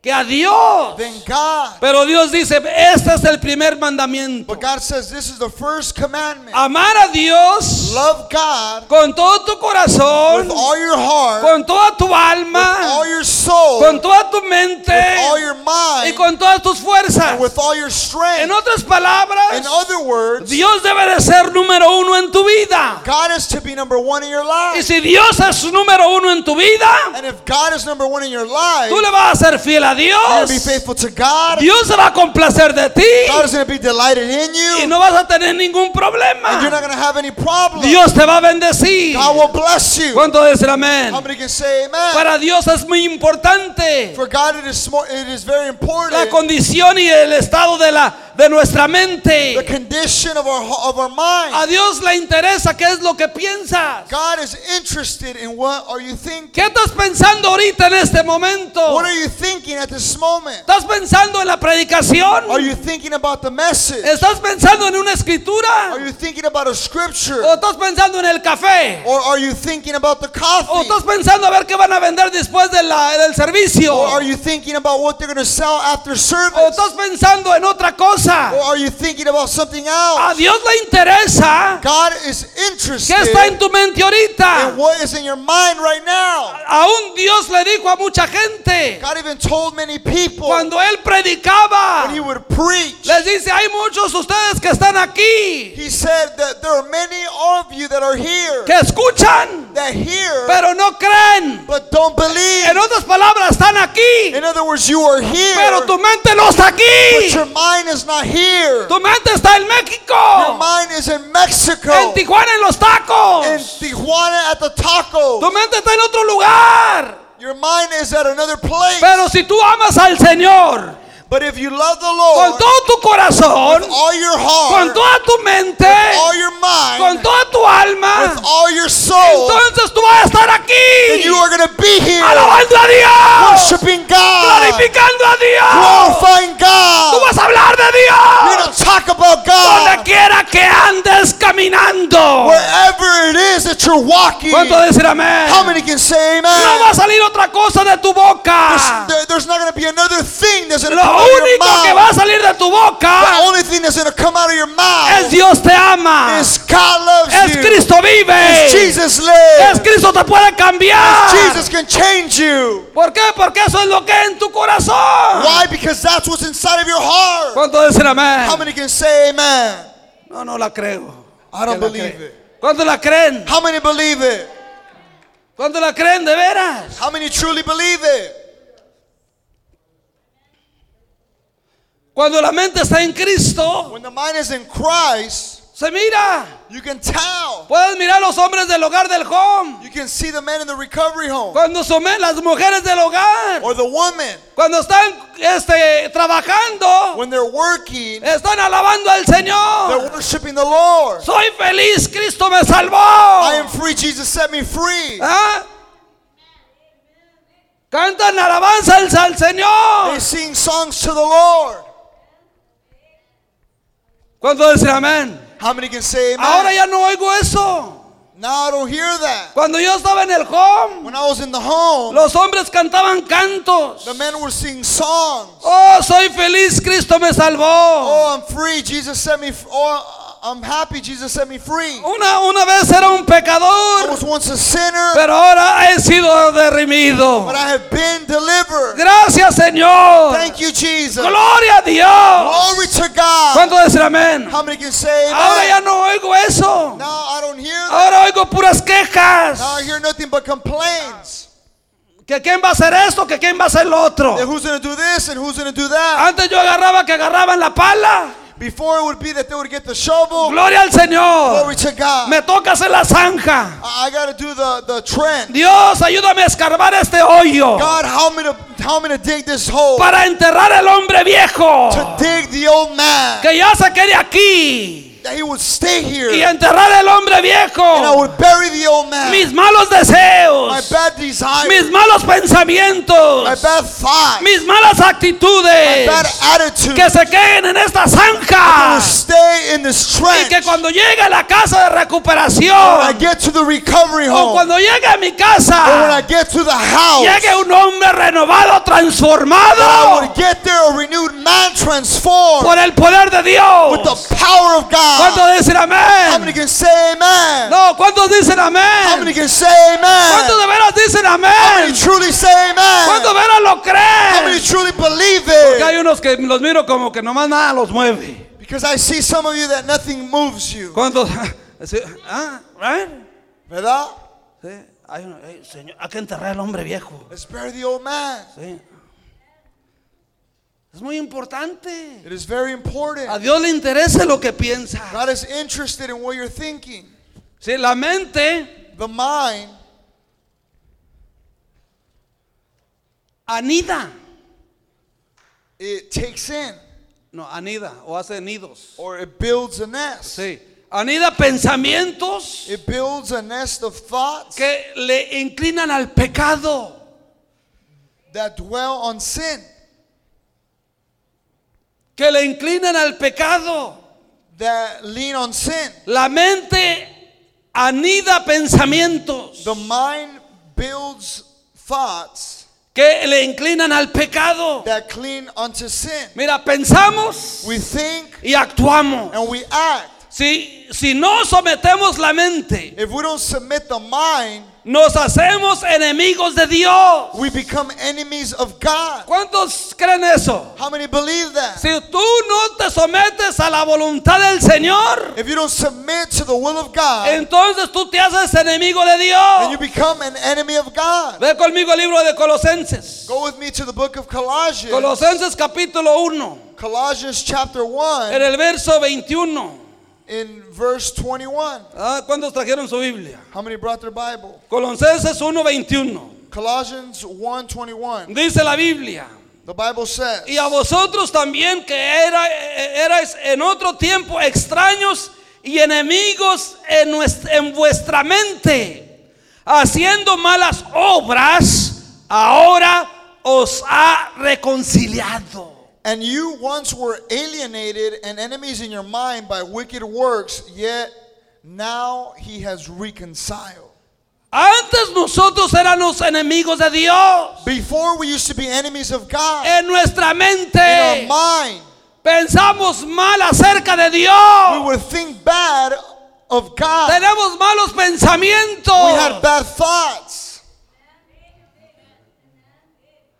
Speaker 1: que a Dios.
Speaker 2: than God.
Speaker 1: Pero Dios dice, este es el primer mandamiento.
Speaker 2: But God says, This is the first commandment.
Speaker 1: Amar a Dios
Speaker 2: Love God
Speaker 1: con todo tu
Speaker 2: with
Speaker 1: corazón,
Speaker 2: all your heart,
Speaker 1: con toda tu
Speaker 2: with all
Speaker 1: alma,
Speaker 2: your soul,
Speaker 1: con
Speaker 2: with
Speaker 1: toda tu mente
Speaker 2: all your
Speaker 1: y
Speaker 2: mind,
Speaker 1: con todas tus fuerzas.
Speaker 2: and with all your
Speaker 1: En
Speaker 2: strength.
Speaker 1: otras
Speaker 2: In
Speaker 1: palabras,
Speaker 2: other words,
Speaker 1: Dios debe de ser número uno en tu vida.
Speaker 2: God is to be number one in your
Speaker 1: Y
Speaker 2: life.
Speaker 1: si Dios es número uno en tu vida,
Speaker 2: And if God is number one in your life,
Speaker 1: tú le vas a ser fiel a
Speaker 2: You're going to be
Speaker 1: Dios.
Speaker 2: faithful to God.
Speaker 1: Dios se va a complacer de
Speaker 2: God
Speaker 1: ti
Speaker 2: is going to be delighted in
Speaker 1: y
Speaker 2: you.
Speaker 1: no vas a tener ningún
Speaker 2: And you're
Speaker 1: problema.
Speaker 2: not going to have any problem.
Speaker 1: Dios te va a bendecir.
Speaker 2: God will bless you.
Speaker 1: ¿Cuánto dicen amén?
Speaker 2: How many can say amen?
Speaker 1: Para Dios es muy importante
Speaker 2: For God, it is, more, it is very
Speaker 1: la
Speaker 2: important
Speaker 1: condición y el estado de, la, de nuestra
Speaker 2: the
Speaker 1: mente.
Speaker 2: condition of our, of our mind.
Speaker 1: A Dios le interesa qué es lo que piensas.
Speaker 2: God is interested in what are you thinking.
Speaker 1: ¿Qué estás pensando ahorita en este momento?
Speaker 2: What are you thinking at this moment?
Speaker 1: ¿Estás pensando en la
Speaker 2: Are
Speaker 1: predicación?
Speaker 2: you thinking about the message?
Speaker 1: ¿Estás pensando en una escritura?
Speaker 2: Are you thinking about a scripture?
Speaker 1: ¿O estás pensando en el café?
Speaker 2: Or are you thinking about the
Speaker 1: ¿O
Speaker 2: coffee?
Speaker 1: estás pensando a ver qué van a vender después de la- del servicio?
Speaker 2: Or are
Speaker 1: ¿O
Speaker 2: you thinking about what they're going to sell
Speaker 1: Oh,
Speaker 2: after service?
Speaker 1: estás pensando en otra cosa?
Speaker 2: Or are you thinking about something else?
Speaker 1: A Dios le interesa
Speaker 2: God is
Speaker 1: qué
Speaker 2: interested
Speaker 1: está en tu mente
Speaker 2: in
Speaker 1: ahorita.
Speaker 2: what is in your mind right now.
Speaker 1: Aún Dios le dijo a mucha gente
Speaker 2: God even told many people
Speaker 1: cuando él
Speaker 2: when
Speaker 1: predicaba.
Speaker 2: he would preach,
Speaker 1: Les dice, hay muchos de ustedes que están aquí,
Speaker 2: he said that there are many of you that are here
Speaker 1: que escuchan,
Speaker 2: that hear
Speaker 1: pero no creen.
Speaker 2: but don't believe.
Speaker 1: En otras palabras, están aquí,
Speaker 2: In other words, you are here,
Speaker 1: pero tu mente no está
Speaker 2: but
Speaker 1: aquí.
Speaker 2: your mind is not here.
Speaker 1: Tu mente está en México.
Speaker 2: Your mind is in Mexico,
Speaker 1: En Tijuana en los
Speaker 2: in
Speaker 1: tacos.
Speaker 2: Tijuana at the taco.
Speaker 1: Tu mente está en otro lugar.
Speaker 2: Your mind is at another place.
Speaker 1: Pero si tú amas al Señor
Speaker 2: But if you love the
Speaker 1: con
Speaker 2: Lord
Speaker 1: todo tu corazón,
Speaker 2: with all your
Speaker 1: con
Speaker 2: heart,
Speaker 1: toda tu mente,
Speaker 2: all your
Speaker 1: con
Speaker 2: mind,
Speaker 1: toda tu
Speaker 2: with
Speaker 1: alma,
Speaker 2: all your soul,
Speaker 1: entonces tú vas a estar
Speaker 2: And you
Speaker 1: aquí
Speaker 2: are going to be here
Speaker 1: alabando a Dios,
Speaker 2: worshiping God,
Speaker 1: glorificando a Dios.
Speaker 2: glorifying
Speaker 1: Tú
Speaker 2: God.
Speaker 1: vas a hablar de
Speaker 2: You're
Speaker 1: Dios
Speaker 2: going to talk about
Speaker 1: donde
Speaker 2: God
Speaker 1: quiera que andes caminando.
Speaker 2: wherever it is that you're walking.
Speaker 1: ¿Cuánto decir amén?
Speaker 2: How many can say
Speaker 1: No va
Speaker 2: amen?
Speaker 1: a salir otra cosa de tu boca.
Speaker 2: There's, there- there's not going to be another thing that's going to
Speaker 1: Lo
Speaker 2: come out of your
Speaker 1: único que va
Speaker 2: mouth.
Speaker 1: a salir de tu
Speaker 2: The
Speaker 1: boca
Speaker 2: only thing that's going to come out of your
Speaker 1: es
Speaker 2: mouth
Speaker 1: Dios te ama.
Speaker 2: is God
Speaker 1: Es
Speaker 2: loves you.
Speaker 1: Cristo vive. Es
Speaker 2: Is Jesus lives.
Speaker 1: Cristo te puede cambiar.
Speaker 2: Jesus can change you.
Speaker 1: ¿Por qué? Porque eso es lo que hay en tu corazón.
Speaker 2: Why? Because that's what's inside of your heart.
Speaker 1: ¿Cuánto dicen amén?
Speaker 2: How many can say amen?
Speaker 1: No, no la creo.
Speaker 2: I don't
Speaker 1: ¿Quién la
Speaker 2: believe
Speaker 1: cree?
Speaker 2: it.
Speaker 1: ¿Cuánto la creen?
Speaker 2: How many believe it?
Speaker 1: ¿Cuánto la creen de veras?
Speaker 2: How many truly believe it?
Speaker 1: Cuando la mente está en Cristo,
Speaker 2: When the mind is in Christ,
Speaker 1: se mira.
Speaker 2: you can tell.
Speaker 1: Puedes mirar los hombres del hogar del home.
Speaker 2: You can see the man in the recovery home
Speaker 1: Cuando son las mujeres del hogar.
Speaker 2: or the woman
Speaker 1: Cuando están este, trabajando,
Speaker 2: when they're working,
Speaker 1: están alabando al
Speaker 2: they're
Speaker 1: Señor.
Speaker 2: worshiping the Lord.
Speaker 1: Soy feliz, Cristo me
Speaker 2: I am
Speaker 1: salvó.
Speaker 2: free, Jesus set me free.
Speaker 1: ¿Ah? Cantan alabanzas al
Speaker 2: They
Speaker 1: Señor.
Speaker 2: sing songs to the Lord.
Speaker 1: Cuando dicen amén?
Speaker 2: How many can say
Speaker 1: Ahora
Speaker 2: amen?
Speaker 1: ya no oigo eso.
Speaker 2: Now I don't hear that.
Speaker 1: Cuando yo estaba en el home,
Speaker 2: When I was in the home,
Speaker 1: los hombres cantaban cantos.
Speaker 2: the men were singing songs.
Speaker 1: Oh, soy feliz, Cristo me salvó.
Speaker 2: Oh, I'm free, Jesus set me free. Oh, I'm happy Jesus set me free.
Speaker 1: Una, una vez era un
Speaker 2: I
Speaker 1: pecador,
Speaker 2: was once a sinner,
Speaker 1: pero ahora he sido derrimido.
Speaker 2: but I have been delivered.
Speaker 1: Gracias, Señor.
Speaker 2: Thank you, Jesus.
Speaker 1: Gloria a Dios.
Speaker 2: Glory to God.
Speaker 1: ¿Cuánto decir amén?
Speaker 2: How many can say
Speaker 1: Ahora
Speaker 2: amen?
Speaker 1: ya no oigo eso.
Speaker 2: Now I don't hear that.
Speaker 1: Ahora oigo puras quejas.
Speaker 2: Now I hear nothing but complaints.
Speaker 1: Que quién va a hacer esto, que quién va a hacer lo otro.
Speaker 2: That who's going to do this and who's going to do that?
Speaker 1: Antes yo agarraba que agarraban la pala.
Speaker 2: Before it would be that they would get the shovel.
Speaker 1: Gloria al Señor.
Speaker 2: Glory to God.
Speaker 1: Me toca hacer la zanja.
Speaker 2: I got to do the, the trend.
Speaker 1: Dios, ayúdame a escarbar este hoyo
Speaker 2: God, help me, to, help me to dig this hole.
Speaker 1: para enterrar al hombre viejo
Speaker 2: To dig the old man.
Speaker 1: que ya se quede aquí
Speaker 2: That he would stay here.
Speaker 1: y enterrar al hombre
Speaker 2: And I
Speaker 1: viejo
Speaker 2: would bury the old man.
Speaker 1: mis malos
Speaker 2: My
Speaker 1: deseos,
Speaker 2: bad desires.
Speaker 1: mis malos
Speaker 2: My
Speaker 1: pensamientos,
Speaker 2: bad thoughts.
Speaker 1: mis malas actitudes
Speaker 2: Bad attitude.
Speaker 1: que se queden en esta
Speaker 2: I
Speaker 1: zanja
Speaker 2: will stay in this
Speaker 1: y
Speaker 2: trench.
Speaker 1: que cuando llegue a la casa de
Speaker 2: When I
Speaker 1: recuperación
Speaker 2: get to the recovery
Speaker 1: o
Speaker 2: home.
Speaker 1: cuando llegue a mi
Speaker 2: Or when
Speaker 1: casa
Speaker 2: I get to the house.
Speaker 1: Ah. llegue un hombre renovado,
Speaker 2: I
Speaker 1: transformado
Speaker 2: would get there a renewed man transformed
Speaker 1: por el poder de Dios.
Speaker 2: with the power of God.
Speaker 1: ¿Cuántos dicen
Speaker 2: How many
Speaker 1: amén?
Speaker 2: can say amen?
Speaker 1: No, ¿cuántos dicen
Speaker 2: How many
Speaker 1: amén?
Speaker 2: can say amen?
Speaker 1: ¿Cuántos de veras dicen
Speaker 2: How many
Speaker 1: amén?
Speaker 2: truly say
Speaker 1: ¿Cuántos
Speaker 2: amen?
Speaker 1: de veras lo
Speaker 2: How many
Speaker 1: creen?
Speaker 2: truly believe
Speaker 1: Porque hay
Speaker 2: it?
Speaker 1: unos que los miro como que nomás nada los mueve.
Speaker 2: Because I see some of you that nothing moves you.
Speaker 1: ¿Cuántos? Sí, Ah, right?
Speaker 2: ¿Verdad?
Speaker 1: Sí, hay uno, "Ey, señor, hay que enterrar al hombre viejo.
Speaker 2: Let's bury the old man.
Speaker 1: Sí. Es muy importante.
Speaker 2: It is very
Speaker 1: A
Speaker 2: important.
Speaker 1: Dios le interesa lo que piensa.
Speaker 2: God is interested in what you're thinking.
Speaker 1: Sí, la mente
Speaker 2: The mind
Speaker 1: anida.
Speaker 2: it takes in
Speaker 1: No, anida o hace nidos.
Speaker 2: or it builds a nest.
Speaker 1: Sí. Anida pensamientos
Speaker 2: It builds a nest of thoughts
Speaker 1: que le inclinan al pecado,
Speaker 2: that dwell on sin,
Speaker 1: que le inclinan al pecado.
Speaker 2: that lean on sin.
Speaker 1: La mente anida pensamientos
Speaker 2: The mind builds thoughts
Speaker 1: que le inclinan al pecado.
Speaker 2: that cling unto sin.
Speaker 1: Mira, pensamos
Speaker 2: We think
Speaker 1: y actuamos.
Speaker 2: and we act.
Speaker 1: Si, si no sometemos la mente,
Speaker 2: If we don't submit the mind,
Speaker 1: nos hacemos enemigos de Dios.
Speaker 2: we become enemies of God.
Speaker 1: ¿Cuántos creen eso?
Speaker 2: How many believe that?
Speaker 1: Si tú no te sometes a la voluntad del Señor,
Speaker 2: If you don't submit to the will of God,
Speaker 1: entonces tú te haces enemigo de
Speaker 2: then you
Speaker 1: Dios.
Speaker 2: become an enemy of God.
Speaker 1: Ve conmigo el libro de Colosenses.
Speaker 2: Go with me to the book of Colossians.
Speaker 1: Colosenses capítulo 1,
Speaker 2: Colossians chapter
Speaker 1: en
Speaker 2: 1
Speaker 1: el verso 21.
Speaker 2: in verse 21.
Speaker 1: Ah, ¿Cuántos trajeron su Biblia?
Speaker 2: How many brought their Bible?
Speaker 1: Colosenses 1, 21.
Speaker 2: Colossians 1:21.
Speaker 1: Dice la Biblia.
Speaker 2: The Bible says,
Speaker 1: Y a vosotros también que era, eh, erais en otro tiempo extraños y enemigos en, nues- en vuestra mente, haciendo malas obras, ahora os ha reconciliado.
Speaker 2: And you once were alienated and enemies in your mind by wicked works, yet now he has reconciled.
Speaker 1: Antes nosotros éramos enemigos de Dios.
Speaker 2: Before we used to be enemies of God.
Speaker 1: En nuestra
Speaker 2: In our
Speaker 1: mente
Speaker 2: mind,
Speaker 1: pensamos mal acerca de
Speaker 2: we
Speaker 1: Dios.
Speaker 2: would think bad of God.
Speaker 1: Tenemos malos
Speaker 2: We had
Speaker 1: pensamientos.
Speaker 2: bad thoughts.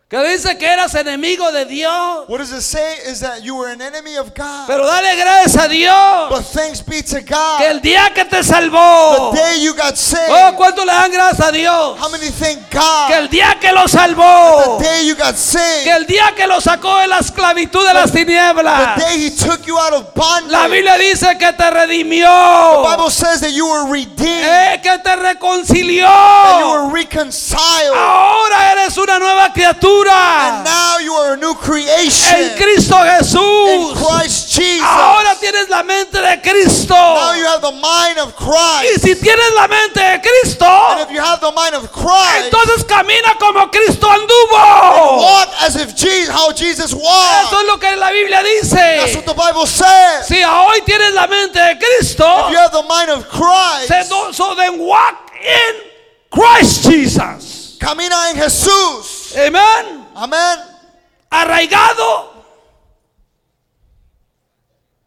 Speaker 1: Que dice que eras enemigo de Dios.
Speaker 2: What does it say is that you were an enemy of God.
Speaker 1: Pero dale gracias a Dios
Speaker 2: But thanks be to
Speaker 1: que el
Speaker 2: God.
Speaker 1: día que te salvó.
Speaker 2: The day you
Speaker 1: Oh,
Speaker 2: got saved,
Speaker 1: ¿cuánto le dan gracias a Dios?
Speaker 2: how many thank
Speaker 1: Que
Speaker 2: God?
Speaker 1: el día que lo
Speaker 2: The
Speaker 1: salvó.
Speaker 2: day you got
Speaker 1: Que
Speaker 2: saved,
Speaker 1: el día que lo sacó de la esclavitud de las
Speaker 2: the
Speaker 1: tinieblas.
Speaker 2: day he took you out of
Speaker 1: La
Speaker 2: bondage.
Speaker 1: Biblia dice que te
Speaker 2: The
Speaker 1: redimió.
Speaker 2: Bible says that you were redeemed.
Speaker 1: eh, que te
Speaker 2: that you
Speaker 1: reconcilió.
Speaker 2: were
Speaker 1: Ah.
Speaker 2: reconciled,
Speaker 1: Ahora eres una nueva
Speaker 2: and
Speaker 1: criatura.
Speaker 2: now you are a new
Speaker 1: En
Speaker 2: creation
Speaker 1: Cristo
Speaker 2: in
Speaker 1: Jesús.
Speaker 2: Christ Jesus.
Speaker 1: Ahora tienes la mente de Cristo.
Speaker 2: Now you have the mind of
Speaker 1: Y
Speaker 2: Christ,
Speaker 1: si tienes la mente de Cristo,
Speaker 2: and if you have the mind of Christ,
Speaker 1: Entonces camina como Cristo anduvo.
Speaker 2: walk as if Jesus, how Jesus
Speaker 1: Eso
Speaker 2: walked.
Speaker 1: es lo que la Biblia
Speaker 2: That's
Speaker 1: dice.
Speaker 2: what the Bible says.
Speaker 1: Si hoy tienes la mente de Cristo,
Speaker 2: If you have the mind of
Speaker 1: se-
Speaker 2: Christ,
Speaker 1: so so then walk in Christ Jesus.
Speaker 2: camina en Jesús.
Speaker 1: Amén.
Speaker 2: Amen.
Speaker 1: Arraigado.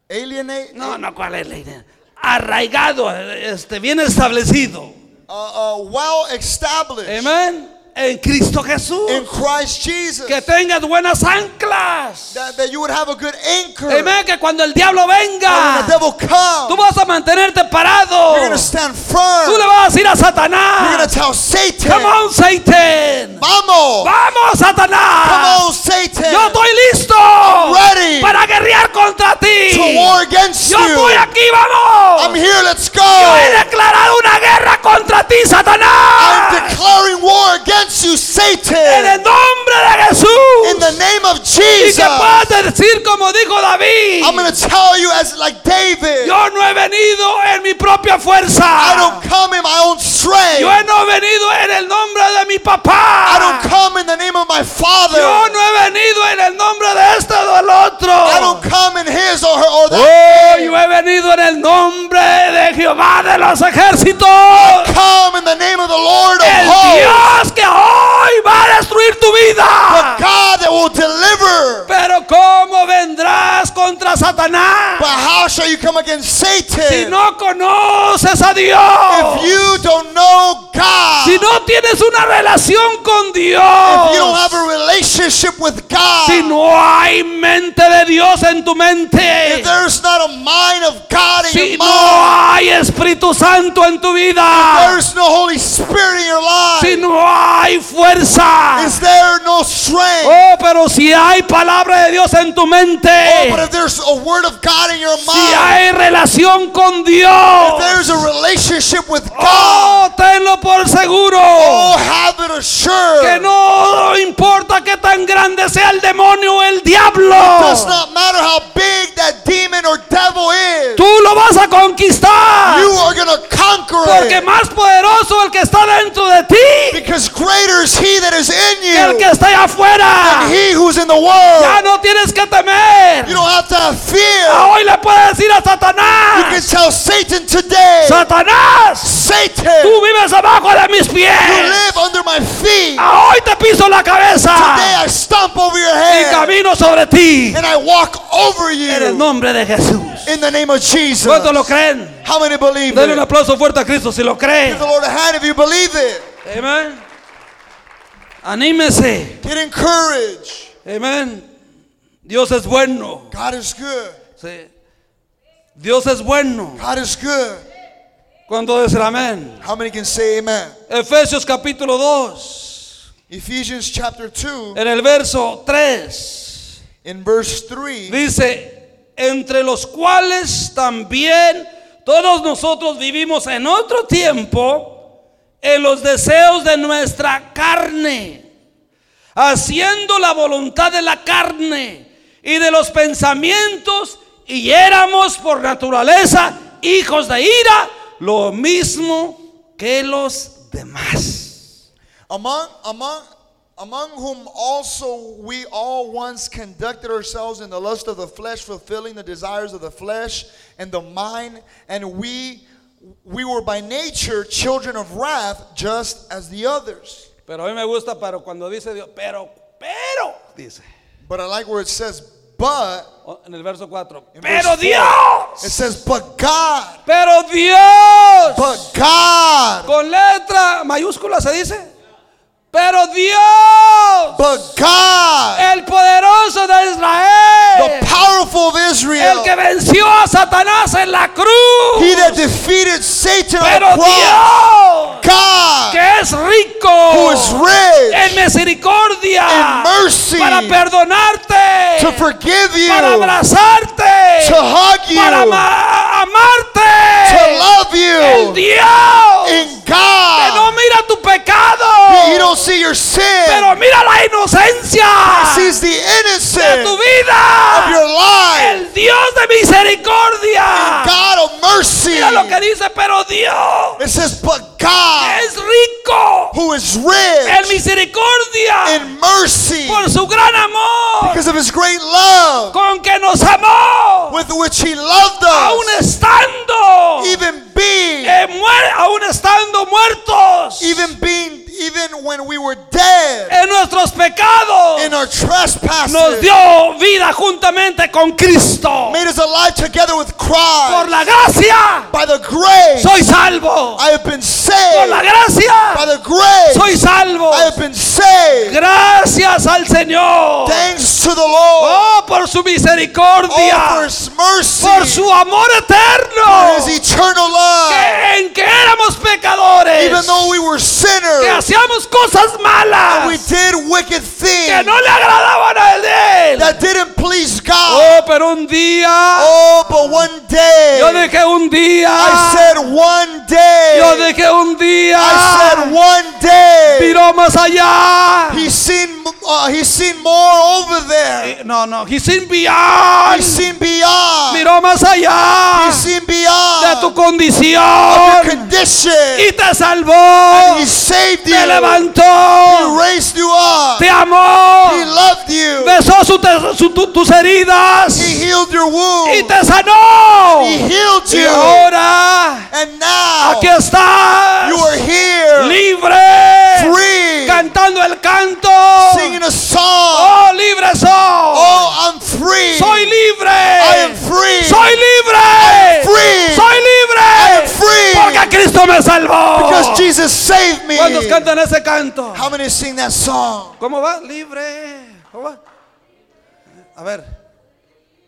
Speaker 2: Alienate.
Speaker 1: No, no, ¿cuál es la idea? arraigado, este, bien establecido.
Speaker 2: uh, uh, well established
Speaker 1: Amén. En Cristo Jesús.
Speaker 2: in Christ Jesus.
Speaker 1: Que tengas buenas anclas.
Speaker 2: that, that you would have a good anchor.
Speaker 1: Amén. Que cuando el diablo
Speaker 2: And When the
Speaker 1: venga,
Speaker 2: devil comes,
Speaker 1: tú vas a mantenerte parado.
Speaker 2: you're going to stand
Speaker 1: Tú le
Speaker 2: firm.
Speaker 1: vas a decir a
Speaker 2: You're going to
Speaker 1: Satanás.
Speaker 2: tell Satan,
Speaker 1: Come on, Satan.
Speaker 2: Vamos!
Speaker 1: Vamos,
Speaker 2: Come
Speaker 1: Satanás.
Speaker 2: on, Satan!
Speaker 1: Ah. Yo estoy listo
Speaker 2: ready
Speaker 1: para guerrear contra ti.
Speaker 2: to war against
Speaker 1: Yo
Speaker 2: you!
Speaker 1: estoy aquí,
Speaker 2: I'm
Speaker 1: vamos.
Speaker 2: here, let's
Speaker 1: Yo he
Speaker 2: go!
Speaker 1: declarado una guerra contra ti, Satanás.
Speaker 2: I'm declaring war against you,
Speaker 1: En el
Speaker 2: Satan!
Speaker 1: nombre de
Speaker 2: In the
Speaker 1: Jesús.
Speaker 2: name of
Speaker 1: Y
Speaker 2: Jesus!
Speaker 1: que puedas decir como dijo David.
Speaker 2: I'm gonna tell you as like David,
Speaker 1: Yo no he venido en mi propia
Speaker 2: I don't
Speaker 1: fuerza.
Speaker 2: come in my own
Speaker 1: Yo
Speaker 2: strength.
Speaker 1: no he venido en el nombre de mi
Speaker 2: I don't
Speaker 1: papá.
Speaker 2: come in the name of my
Speaker 1: Yo
Speaker 2: father.
Speaker 1: no he venido en el nombre de este o del
Speaker 2: I don't
Speaker 1: otro.
Speaker 2: come in his or her or
Speaker 1: Oh,
Speaker 2: that.
Speaker 1: yo
Speaker 2: name.
Speaker 1: he venido en el nombre de Jehová de los ejércitos.
Speaker 2: Come in the name of the Lord of
Speaker 1: El
Speaker 2: hosts.
Speaker 1: Dios que hoy va a destruir tu vida.
Speaker 2: God that will deliver.
Speaker 1: Pero ¿cómo vendrás contra
Speaker 2: But
Speaker 1: Satanás
Speaker 2: how shall you come against
Speaker 1: si
Speaker 2: Satan
Speaker 1: no conoces a Dios?
Speaker 2: if you don't know God?
Speaker 1: Si no tienes una relación con
Speaker 2: If you don't
Speaker 1: Dios.
Speaker 2: have a relationship with God,
Speaker 1: Si no hay mente de Dios en tu
Speaker 2: if
Speaker 1: mente.
Speaker 2: there's not a mind of God in
Speaker 1: Si
Speaker 2: your
Speaker 1: no
Speaker 2: mind,
Speaker 1: hay Espíritu Santo en tu vida.
Speaker 2: there's no Holy Spirit in your life,
Speaker 1: Si no hay fuerza.
Speaker 2: is there no strength?
Speaker 1: Oh, pero si hay palabra de Dios en tu
Speaker 2: Oh, ah. but
Speaker 1: mente.
Speaker 2: if there's a word of God in your
Speaker 1: Si
Speaker 2: mind,
Speaker 1: hay relación con
Speaker 2: if
Speaker 1: Dios.
Speaker 2: there's a relationship with Este
Speaker 1: Oh,
Speaker 2: God,
Speaker 1: tenlo por seguro.
Speaker 2: oh, have it assured.
Speaker 1: Que no importa que tan grande sea el demonio o el diablo.
Speaker 2: does not matter how big that demon or devil is,
Speaker 1: Tú lo vas a conquistar.
Speaker 2: you are going to conquer
Speaker 1: Porque
Speaker 2: it.
Speaker 1: más poderoso el que está dentro de ti
Speaker 2: Because greater is he that is in
Speaker 1: que el
Speaker 2: you
Speaker 1: que está allá afuera.
Speaker 2: than he who's in the
Speaker 1: Ya
Speaker 2: world.
Speaker 1: no tienes que
Speaker 2: You
Speaker 1: temer.
Speaker 2: don't have to have fear.
Speaker 1: Hoy le puedes decir a
Speaker 2: You can
Speaker 1: Satanás,
Speaker 2: tell Satan today,
Speaker 1: Satanás,
Speaker 2: Satan,
Speaker 1: tú vives abajo de mis
Speaker 2: you
Speaker 1: pies.
Speaker 2: live under my feet.
Speaker 1: Ah, Hoy te piso la
Speaker 2: Today
Speaker 1: cabeza
Speaker 2: I stomp over your
Speaker 1: y
Speaker 2: head
Speaker 1: camino sobre ti
Speaker 2: and I walk over
Speaker 1: en el
Speaker 2: you
Speaker 1: nombre de Jesús.
Speaker 2: in the name of Jesus.
Speaker 1: ¿Cuántos lo creen?
Speaker 2: How many believe
Speaker 1: Denle
Speaker 2: it?
Speaker 1: un aplauso fuerte a Cristo si lo creen.
Speaker 2: Give the Lord a hand if you believe it.
Speaker 1: Amén. Anímese.
Speaker 2: Get encouraged.
Speaker 1: Amén. Dios es bueno.
Speaker 2: God is good.
Speaker 1: Sí. Dios es bueno.
Speaker 2: God is good.
Speaker 1: Cuando dice amén.
Speaker 2: How many can say amen?
Speaker 1: Efesios capítulo 2,
Speaker 2: Ephesians chapter 2,
Speaker 1: en el verso 3,
Speaker 2: in verse 3,
Speaker 1: dice, entre los cuales también todos nosotros vivimos en otro tiempo en los deseos de nuestra carne, haciendo la voluntad de la carne y de los pensamientos, y éramos por naturaleza hijos de ira, lo mismo que los demás.
Speaker 2: among, among, among whom also we all once conducted ourselves in the lust of the flesh, fulfilling the desires of the flesh and the mind, and we we were by nature children of wrath, just as the others.
Speaker 1: Pero a mí me gusta, pero cuando dice Dios, pero, pero, dice,
Speaker 2: But I like where it says, but
Speaker 1: o- en el verso 4,
Speaker 2: En
Speaker 1: pero
Speaker 2: verse
Speaker 1: Dios,
Speaker 2: it says, but God,
Speaker 1: pero Dios,
Speaker 2: but God,
Speaker 1: con letra mayúscula se dice, pero Dios,
Speaker 2: but God,
Speaker 1: el poderoso de
Speaker 2: the
Speaker 1: Israel,
Speaker 2: powerful of Israel.
Speaker 1: el que venció a Satanás en la
Speaker 2: He that
Speaker 1: cruz,
Speaker 2: defeated Satan on
Speaker 1: pero
Speaker 2: the cross.
Speaker 1: Dios,
Speaker 2: God,
Speaker 1: que es
Speaker 2: who is
Speaker 1: rico en
Speaker 2: rich
Speaker 1: misericordia,
Speaker 2: in mercy
Speaker 1: para
Speaker 2: to
Speaker 1: perdonarte,
Speaker 2: forgive you,
Speaker 1: para
Speaker 2: to
Speaker 1: abrazarte.
Speaker 2: hug you,
Speaker 1: para
Speaker 2: to
Speaker 1: ama- amarte.
Speaker 2: love
Speaker 1: El
Speaker 2: you
Speaker 1: Dios
Speaker 2: in
Speaker 1: que no
Speaker 2: God.
Speaker 1: mira tu pecado,
Speaker 2: You don't see your
Speaker 1: pero
Speaker 2: sin,
Speaker 1: mira la inocencia
Speaker 2: sees the
Speaker 1: de tu
Speaker 2: innocent of
Speaker 1: vida.
Speaker 2: your life.
Speaker 1: El Dios de misericordia.
Speaker 2: God of mercy.
Speaker 1: Mira lo que dice, pero Dios
Speaker 2: It says, but God,
Speaker 1: es rico
Speaker 2: who is
Speaker 1: en
Speaker 2: rich
Speaker 1: misericordia
Speaker 2: in mercy,
Speaker 1: por su gran amor
Speaker 2: because of his great love
Speaker 1: con que nos amó,
Speaker 2: with which he loved
Speaker 1: aún
Speaker 2: us,
Speaker 1: estando
Speaker 2: even being
Speaker 1: eh, muer- aún estando muertos
Speaker 2: even being even when we were dead
Speaker 1: en nuestros pecados
Speaker 2: in our trespasses,
Speaker 1: nos dio vida juntamente con Cristo.
Speaker 2: made us alive together with
Speaker 1: Por
Speaker 2: Christ.
Speaker 1: la gracia
Speaker 2: By the grace,
Speaker 1: soy salvo.
Speaker 2: I have been
Speaker 1: Por
Speaker 2: saved.
Speaker 1: la gracia
Speaker 2: By the grace,
Speaker 1: soy salvo.
Speaker 2: I have been saved.
Speaker 1: Gracias al Señor.
Speaker 2: Thanks to the Lord.
Speaker 1: Oh, por su Oh,
Speaker 2: All for
Speaker 1: misericordia.
Speaker 2: His mercy.
Speaker 1: Por su amor
Speaker 2: for
Speaker 1: eterno.
Speaker 2: His eternal love.
Speaker 1: que- En que éramos pecadores.
Speaker 2: Even though we were
Speaker 1: Que
Speaker 2: sinners,
Speaker 1: hacíamos cosas
Speaker 2: we
Speaker 1: malas.
Speaker 2: did wicked
Speaker 1: Que
Speaker 2: things
Speaker 1: no le agradaban a Él.
Speaker 2: that didn't please God.
Speaker 1: Oh, pero un día.
Speaker 2: Oh, but one
Speaker 1: Yo
Speaker 2: day,
Speaker 1: dejé un
Speaker 2: I
Speaker 1: día.
Speaker 2: said one day,
Speaker 1: Yo dejé un
Speaker 2: I
Speaker 1: día.
Speaker 2: said one day,
Speaker 1: Miró más allá.
Speaker 2: he's seen, uh, he's seen more over there.
Speaker 1: Eh, No, no. He's in beyond.
Speaker 2: He's seen beyond.
Speaker 1: Miró más allá.
Speaker 2: He's seen
Speaker 1: de tu
Speaker 2: beyond your
Speaker 1: condición
Speaker 2: condition.
Speaker 1: y te salvó,
Speaker 2: He saved
Speaker 1: te
Speaker 2: you.
Speaker 1: levantó,
Speaker 2: He raised you up.
Speaker 1: te amó,
Speaker 2: He loved you.
Speaker 1: besó su te- su- tu- tus
Speaker 2: He
Speaker 1: heridas
Speaker 2: healed your
Speaker 1: y
Speaker 2: wound.
Speaker 1: te sanó.
Speaker 2: He healed
Speaker 1: Y
Speaker 2: you.
Speaker 1: ahora
Speaker 2: And now
Speaker 1: aquí estás,
Speaker 2: you are here,
Speaker 1: libre,
Speaker 2: free,
Speaker 1: cantando el canto.
Speaker 2: singing a song.
Speaker 1: Oh, libre soy,
Speaker 2: Oh, I'm free.
Speaker 1: soy
Speaker 2: I am
Speaker 1: libre,
Speaker 2: free.
Speaker 1: soy libre,
Speaker 2: free.
Speaker 1: soy
Speaker 2: I am
Speaker 1: libre,
Speaker 2: free.
Speaker 1: porque Cristo me salvó.
Speaker 2: Because Jesus saved me.
Speaker 1: ¿Cuántos cantan ese canto?
Speaker 2: How many sing that song?
Speaker 1: ¿Cómo va? Libre. ¿Cómo va? A ver.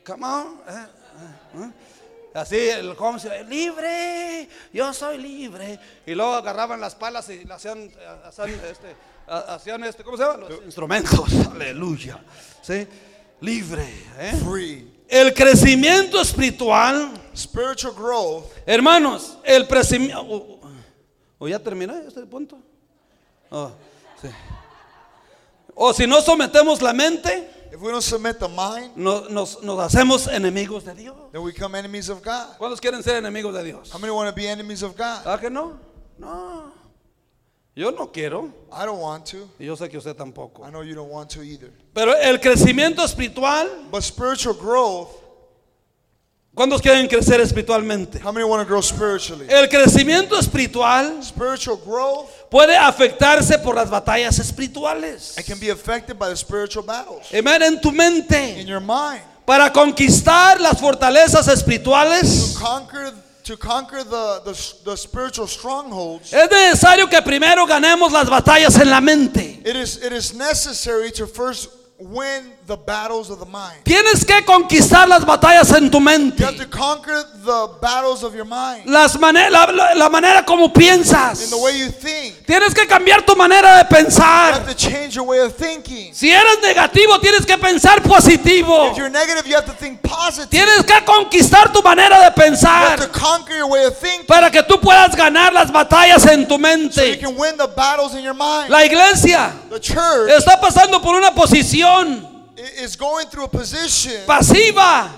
Speaker 1: Come on. Eh, eh, eh. Así el Holmes libre, yo soy libre. Y luego agarraban las palas y le hacían, eh, hacían, este, ha- hacían este, ¿cómo se llama? Los instrumentos. Aleluya. ¿Sí? Libre. ¿eh?
Speaker 2: Free.
Speaker 1: El crecimiento espiritual,
Speaker 2: Spiritual growth.
Speaker 1: hermanos, el crecimiento. ¿O ya terminé este punto? Oh, sí. O si no sometemos la mente,
Speaker 2: If we don't submit the mind,
Speaker 1: no- nos, nos hacemos enemigos de Dios.
Speaker 2: then we become enemies of God.
Speaker 1: ¿Cuántos quieren ser enemigos de Dios?
Speaker 2: How many want to be enemies of God?
Speaker 1: ¿Ah que no? No. Yo no quiero.
Speaker 2: I don't want to.
Speaker 1: Y yo sé que usted tampoco.
Speaker 2: I know you don't want to either.
Speaker 1: Pero el crecimiento espiritual,
Speaker 2: But spiritual growth,
Speaker 1: ¿cuántos quieren crecer espiritualmente?
Speaker 2: how many want to grow spiritually?
Speaker 1: El crecimiento espiritual
Speaker 2: Spiritual growth,
Speaker 1: puede afectarse por las batallas espirituales.
Speaker 2: it can be affected by the spiritual battles
Speaker 1: Amén, en tu
Speaker 2: in
Speaker 1: mente.
Speaker 2: your mind.
Speaker 1: Para conquistar las fortalezas espirituales,
Speaker 2: Conquer to conquer the, the, the spiritual strongholds,
Speaker 1: es necesario que primero ganemos las batallas en la mente.
Speaker 2: it is it is necessary to first win the battles of the mind.
Speaker 1: Tienes que conquistar las batallas en tu
Speaker 2: You have to
Speaker 1: mente.
Speaker 2: conquer the battles of your mind
Speaker 1: Las mane- la, la- la manera como
Speaker 2: in
Speaker 1: piensas.
Speaker 2: the way you think.
Speaker 1: Tienes que cambiar tu manera de
Speaker 2: You have
Speaker 1: pensar.
Speaker 2: to change your way of thinking.
Speaker 1: Si eres negativo, tienes que pensar positivo.
Speaker 2: If you're negative, you have to think positive. You
Speaker 1: Tienes que conquistar tu manera de
Speaker 2: have to
Speaker 1: pensar
Speaker 2: conquer your way of thinking
Speaker 1: para que tú puedas ganar las batallas en tu
Speaker 2: so you
Speaker 1: mente.
Speaker 2: can win the battles in your mind.
Speaker 1: La iglesia
Speaker 2: The church
Speaker 1: está pasando por una posición
Speaker 2: i- is going through a position,
Speaker 1: pasiva,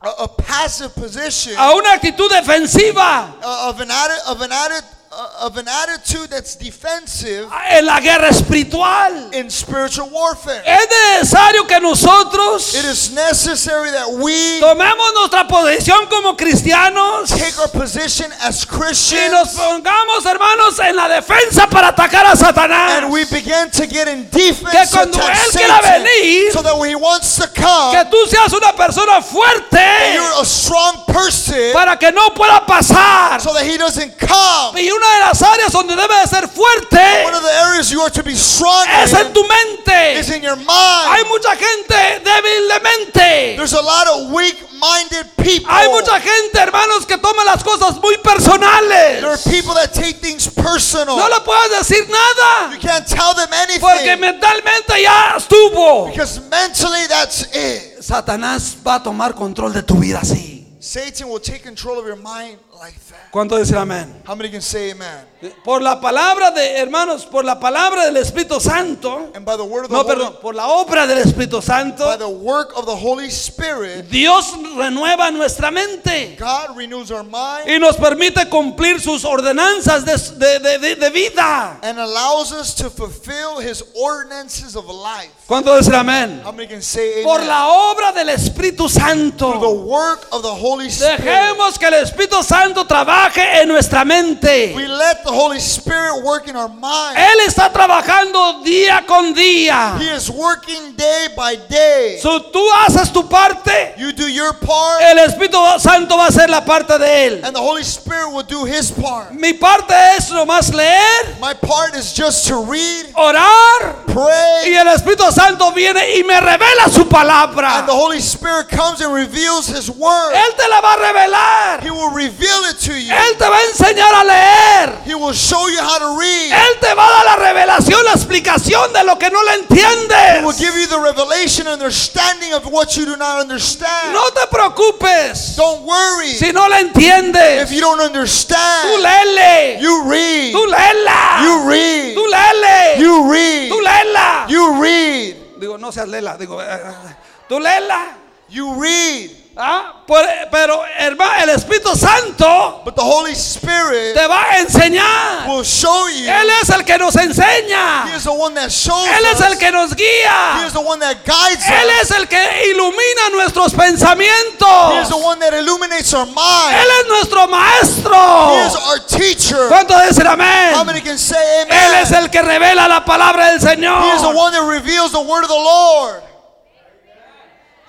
Speaker 2: a, a passive position
Speaker 1: a una actitud defensiva
Speaker 2: uh, of an atti- of an atti- uh, of an attitude that's defensive
Speaker 1: en la guerra espiritual.
Speaker 2: in spiritual warfare.
Speaker 1: Es necesario que
Speaker 2: It
Speaker 1: nosotros
Speaker 2: is necessary that we
Speaker 1: tomemos nuestra posición como cristianos
Speaker 2: take our position as
Speaker 1: y nos
Speaker 2: Christians
Speaker 1: pongamos, hermanos, en la defensa para atacar a Satanás.
Speaker 2: and we begin to get in defense
Speaker 1: Que
Speaker 2: to
Speaker 1: cuando
Speaker 2: attack
Speaker 1: él quiera
Speaker 2: Satan,
Speaker 1: venir,
Speaker 2: so that when he wants to come,
Speaker 1: Que tú seas una persona fuerte
Speaker 2: you're a strong person
Speaker 1: para que no pueda pasar.
Speaker 2: so that he doesn't come.
Speaker 1: Y una de las áreas donde debes de ser fuerte
Speaker 2: One of the areas you are to be strong
Speaker 1: es en
Speaker 2: in
Speaker 1: tu mente.
Speaker 2: is in your
Speaker 1: Hay
Speaker 2: mind.
Speaker 1: mucha gente débil de mente.
Speaker 2: There's a lot of weak-minded people.
Speaker 1: Hay mucha gente, hermanos, que toma las cosas muy
Speaker 2: There are
Speaker 1: personales.
Speaker 2: people that take things personal.
Speaker 1: No le puedes decir nada
Speaker 2: You can't tell them
Speaker 1: porque
Speaker 2: anything
Speaker 1: mentalmente ya estuvo.
Speaker 2: because mentally that's it.
Speaker 1: Satanás va a tomar control de tu vida así.
Speaker 2: Satan will take control of your mind like that.
Speaker 1: ¿Cuánto decir amén?
Speaker 2: How many can say amen?
Speaker 1: Por la palabra de, hermanos, por la palabra del Espíritu Santo.
Speaker 2: And by the word of the
Speaker 1: No,
Speaker 2: Holy,
Speaker 1: perdón, por la obra del Espíritu
Speaker 2: by
Speaker 1: Santo,
Speaker 2: the work of the Holy Spirit,
Speaker 1: Dios renueva nuestra mente
Speaker 2: God renews our mind
Speaker 1: y nos permite cumplir sus ordenanzas de, de- de- de- de vida.
Speaker 2: and allows us to fulfill his ordinances of life.
Speaker 1: ¿Cuánto dicen amén?
Speaker 2: How many can say
Speaker 1: Por
Speaker 2: amen?
Speaker 1: la obra del Espíritu
Speaker 2: Through the
Speaker 1: Santo,
Speaker 2: work of the Holy Holy Spirit.
Speaker 1: Dejemos que el Espíritu Santo trabaje en nuestra mente.
Speaker 2: We let the Holy Spirit work in our mind.
Speaker 1: Él está trabajando día con día.
Speaker 2: He is working day by day.
Speaker 1: Si tú haces tu parte,
Speaker 2: You do your part,
Speaker 1: el Espíritu Santo va a hacer la parte de Él.
Speaker 2: and the Holy Spirit will do His part.
Speaker 1: Mi parte es nomás leer,
Speaker 2: My part is just to read,
Speaker 1: orar, y
Speaker 2: pray,
Speaker 1: el Espíritu Santo viene y me revela su palabra.
Speaker 2: and the Holy Spirit comes and reveals His word.
Speaker 1: Él te la va a revelar.
Speaker 2: He will reveal it to you.
Speaker 1: Él te va a enseñar a leer.
Speaker 2: He will show you how to read.
Speaker 1: Él te va a dar la revelación, la explicación de lo que no le
Speaker 2: He will
Speaker 1: entiendes.
Speaker 2: give you the revelation and understanding of what you do not understand.
Speaker 1: No te preocupes
Speaker 2: Don't worry
Speaker 1: si no la
Speaker 2: if
Speaker 1: entiendes.
Speaker 2: you don't
Speaker 1: Tú
Speaker 2: understand.
Speaker 1: lele,
Speaker 2: You read.
Speaker 1: tú lela,
Speaker 2: You read.
Speaker 1: tú lele,
Speaker 2: You read.
Speaker 1: tú lela.
Speaker 2: You read.
Speaker 1: Digo, no seas lela, digo, eh, eh, tú lela.
Speaker 2: You read.
Speaker 1: Ah, por- Pero hermano, el Espíritu Santo
Speaker 2: But the Holy Spirit
Speaker 1: te va a enseñar.
Speaker 2: will show you.
Speaker 1: Él es el que nos
Speaker 2: He
Speaker 1: enseña.
Speaker 2: is the one that shows
Speaker 1: Él es el
Speaker 2: us.
Speaker 1: que nos
Speaker 2: He
Speaker 1: guía.
Speaker 2: is the one that guides
Speaker 1: Él
Speaker 2: us.
Speaker 1: es el que ilumina nuestros
Speaker 2: He is
Speaker 1: pensamientos.
Speaker 2: the one that illuminates our
Speaker 1: Él
Speaker 2: mind.
Speaker 1: es nuestro
Speaker 2: He is
Speaker 1: maestro.
Speaker 2: our teacher.
Speaker 1: ¿Cuántos dicen
Speaker 2: How
Speaker 1: amén?
Speaker 2: many can say
Speaker 1: Él
Speaker 2: amen?
Speaker 1: es el que revela la palabra del
Speaker 2: He is the
Speaker 1: Señor.
Speaker 2: one that reveals the word of the Lord.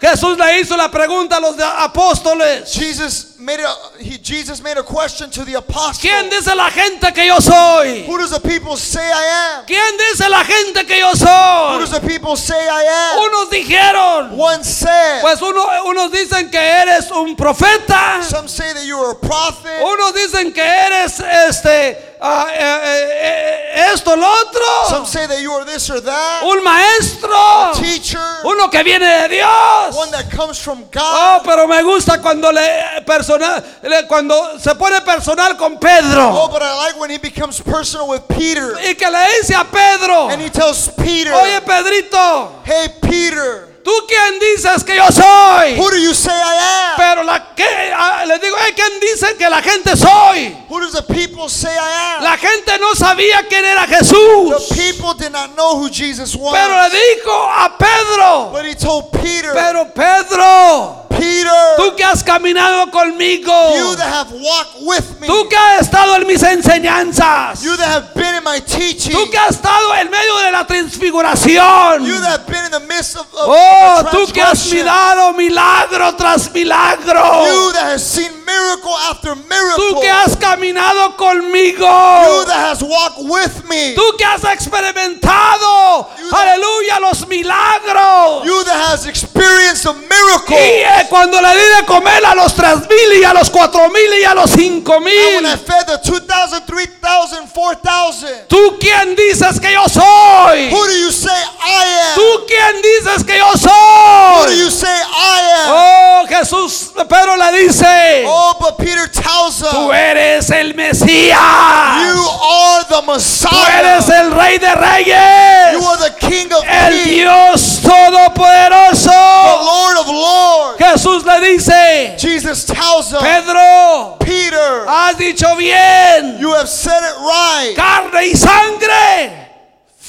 Speaker 1: Jesús le hizo la pregunta a los de- apóstoles.
Speaker 2: Jesus made a he, Jesus made a question to the apostles.
Speaker 1: ¿Quién dice la gente que yo soy?
Speaker 2: Who does the people say I am?
Speaker 1: ¿Quién dice la gente que yo
Speaker 2: Who
Speaker 1: soy?
Speaker 2: does the people say I
Speaker 1: Unos dijeron,
Speaker 2: am? One said.
Speaker 1: pues uno, unos dicen que eres un profeta.
Speaker 2: Some say that you are a prophet.
Speaker 1: Unos dicen que eres este ah, eh, eh, eh, esto lo
Speaker 2: Some
Speaker 1: otro,
Speaker 2: say that you are this or that.
Speaker 1: un maestro,
Speaker 2: Teacher.
Speaker 1: uno que viene de
Speaker 2: One
Speaker 1: Dios.
Speaker 2: that comes from
Speaker 1: Oh,
Speaker 2: God.
Speaker 1: pero me gusta cuando le personal le- cuando se pone personal con
Speaker 2: Oh,
Speaker 1: Pedro
Speaker 2: but I like when he becomes personal with Peter.
Speaker 1: y que le dice a Pedro,
Speaker 2: And he tells Peter,
Speaker 1: "Oye Pedrito,
Speaker 2: Hey, Peter,
Speaker 1: ¿tú quién dices que yo soy?"
Speaker 2: who do you say I am?
Speaker 1: Pero la que ah, le digo, "Eh, ¿quién dice que la gente soy?"
Speaker 2: Who does the people say I am?
Speaker 1: La gente no sabía quién era Jesús.
Speaker 2: The people did not know who Jesus was.
Speaker 1: Pero le dijo a Pedro,
Speaker 2: but he told Peter,
Speaker 1: pero Pedro,
Speaker 2: Peter,
Speaker 1: tú que has caminado conmigo,
Speaker 2: you that have walked with me,
Speaker 1: tú que has estado en mis enseñanzas,
Speaker 2: you that have been in my teaching,
Speaker 1: tú que has estado en medio de la transfiguración,
Speaker 2: you that have been in the midst of, of
Speaker 1: oh,
Speaker 2: of the
Speaker 1: tú que has
Speaker 2: transgression,
Speaker 1: mirado milagro tras milagro,
Speaker 2: you that has seen miracle after miracle,
Speaker 1: tú que has caminado conmigo,
Speaker 2: you that has walked with me,
Speaker 1: tú que has experimentado,
Speaker 2: You that-
Speaker 1: aleluya, los milagros.
Speaker 2: you that has experienced a miracle.
Speaker 1: Y eh, cuando le di de comer a los tres mil y a los cuatro mil y a los cinco
Speaker 2: And when I
Speaker 1: mil,
Speaker 2: fed the 2,000, 3,000, 4,000,
Speaker 1: ¿tú quién dices que yo soy?
Speaker 2: who do you say I am?
Speaker 1: ¿Tú quién dices que yo
Speaker 2: Who do
Speaker 1: soy?
Speaker 2: you say I am?
Speaker 1: Oh, Jesús, Pedro le dice,
Speaker 2: Oh, but Peter tells
Speaker 1: tú
Speaker 2: us,
Speaker 1: eres el
Speaker 2: You
Speaker 1: Mesías,
Speaker 2: are the
Speaker 1: tú eres
Speaker 2: Messiah.
Speaker 1: el Rey de
Speaker 2: You
Speaker 1: Reyes,
Speaker 2: are the King of
Speaker 1: el
Speaker 2: Kings,
Speaker 1: Dios
Speaker 2: the
Speaker 1: Todopoderoso.
Speaker 2: Lord of Lords.
Speaker 1: Jesús le dice,
Speaker 2: Jesus tells us,
Speaker 1: Pedro,
Speaker 2: Peter,
Speaker 1: has dicho bien.
Speaker 2: you have said it right.
Speaker 1: carne y sangre.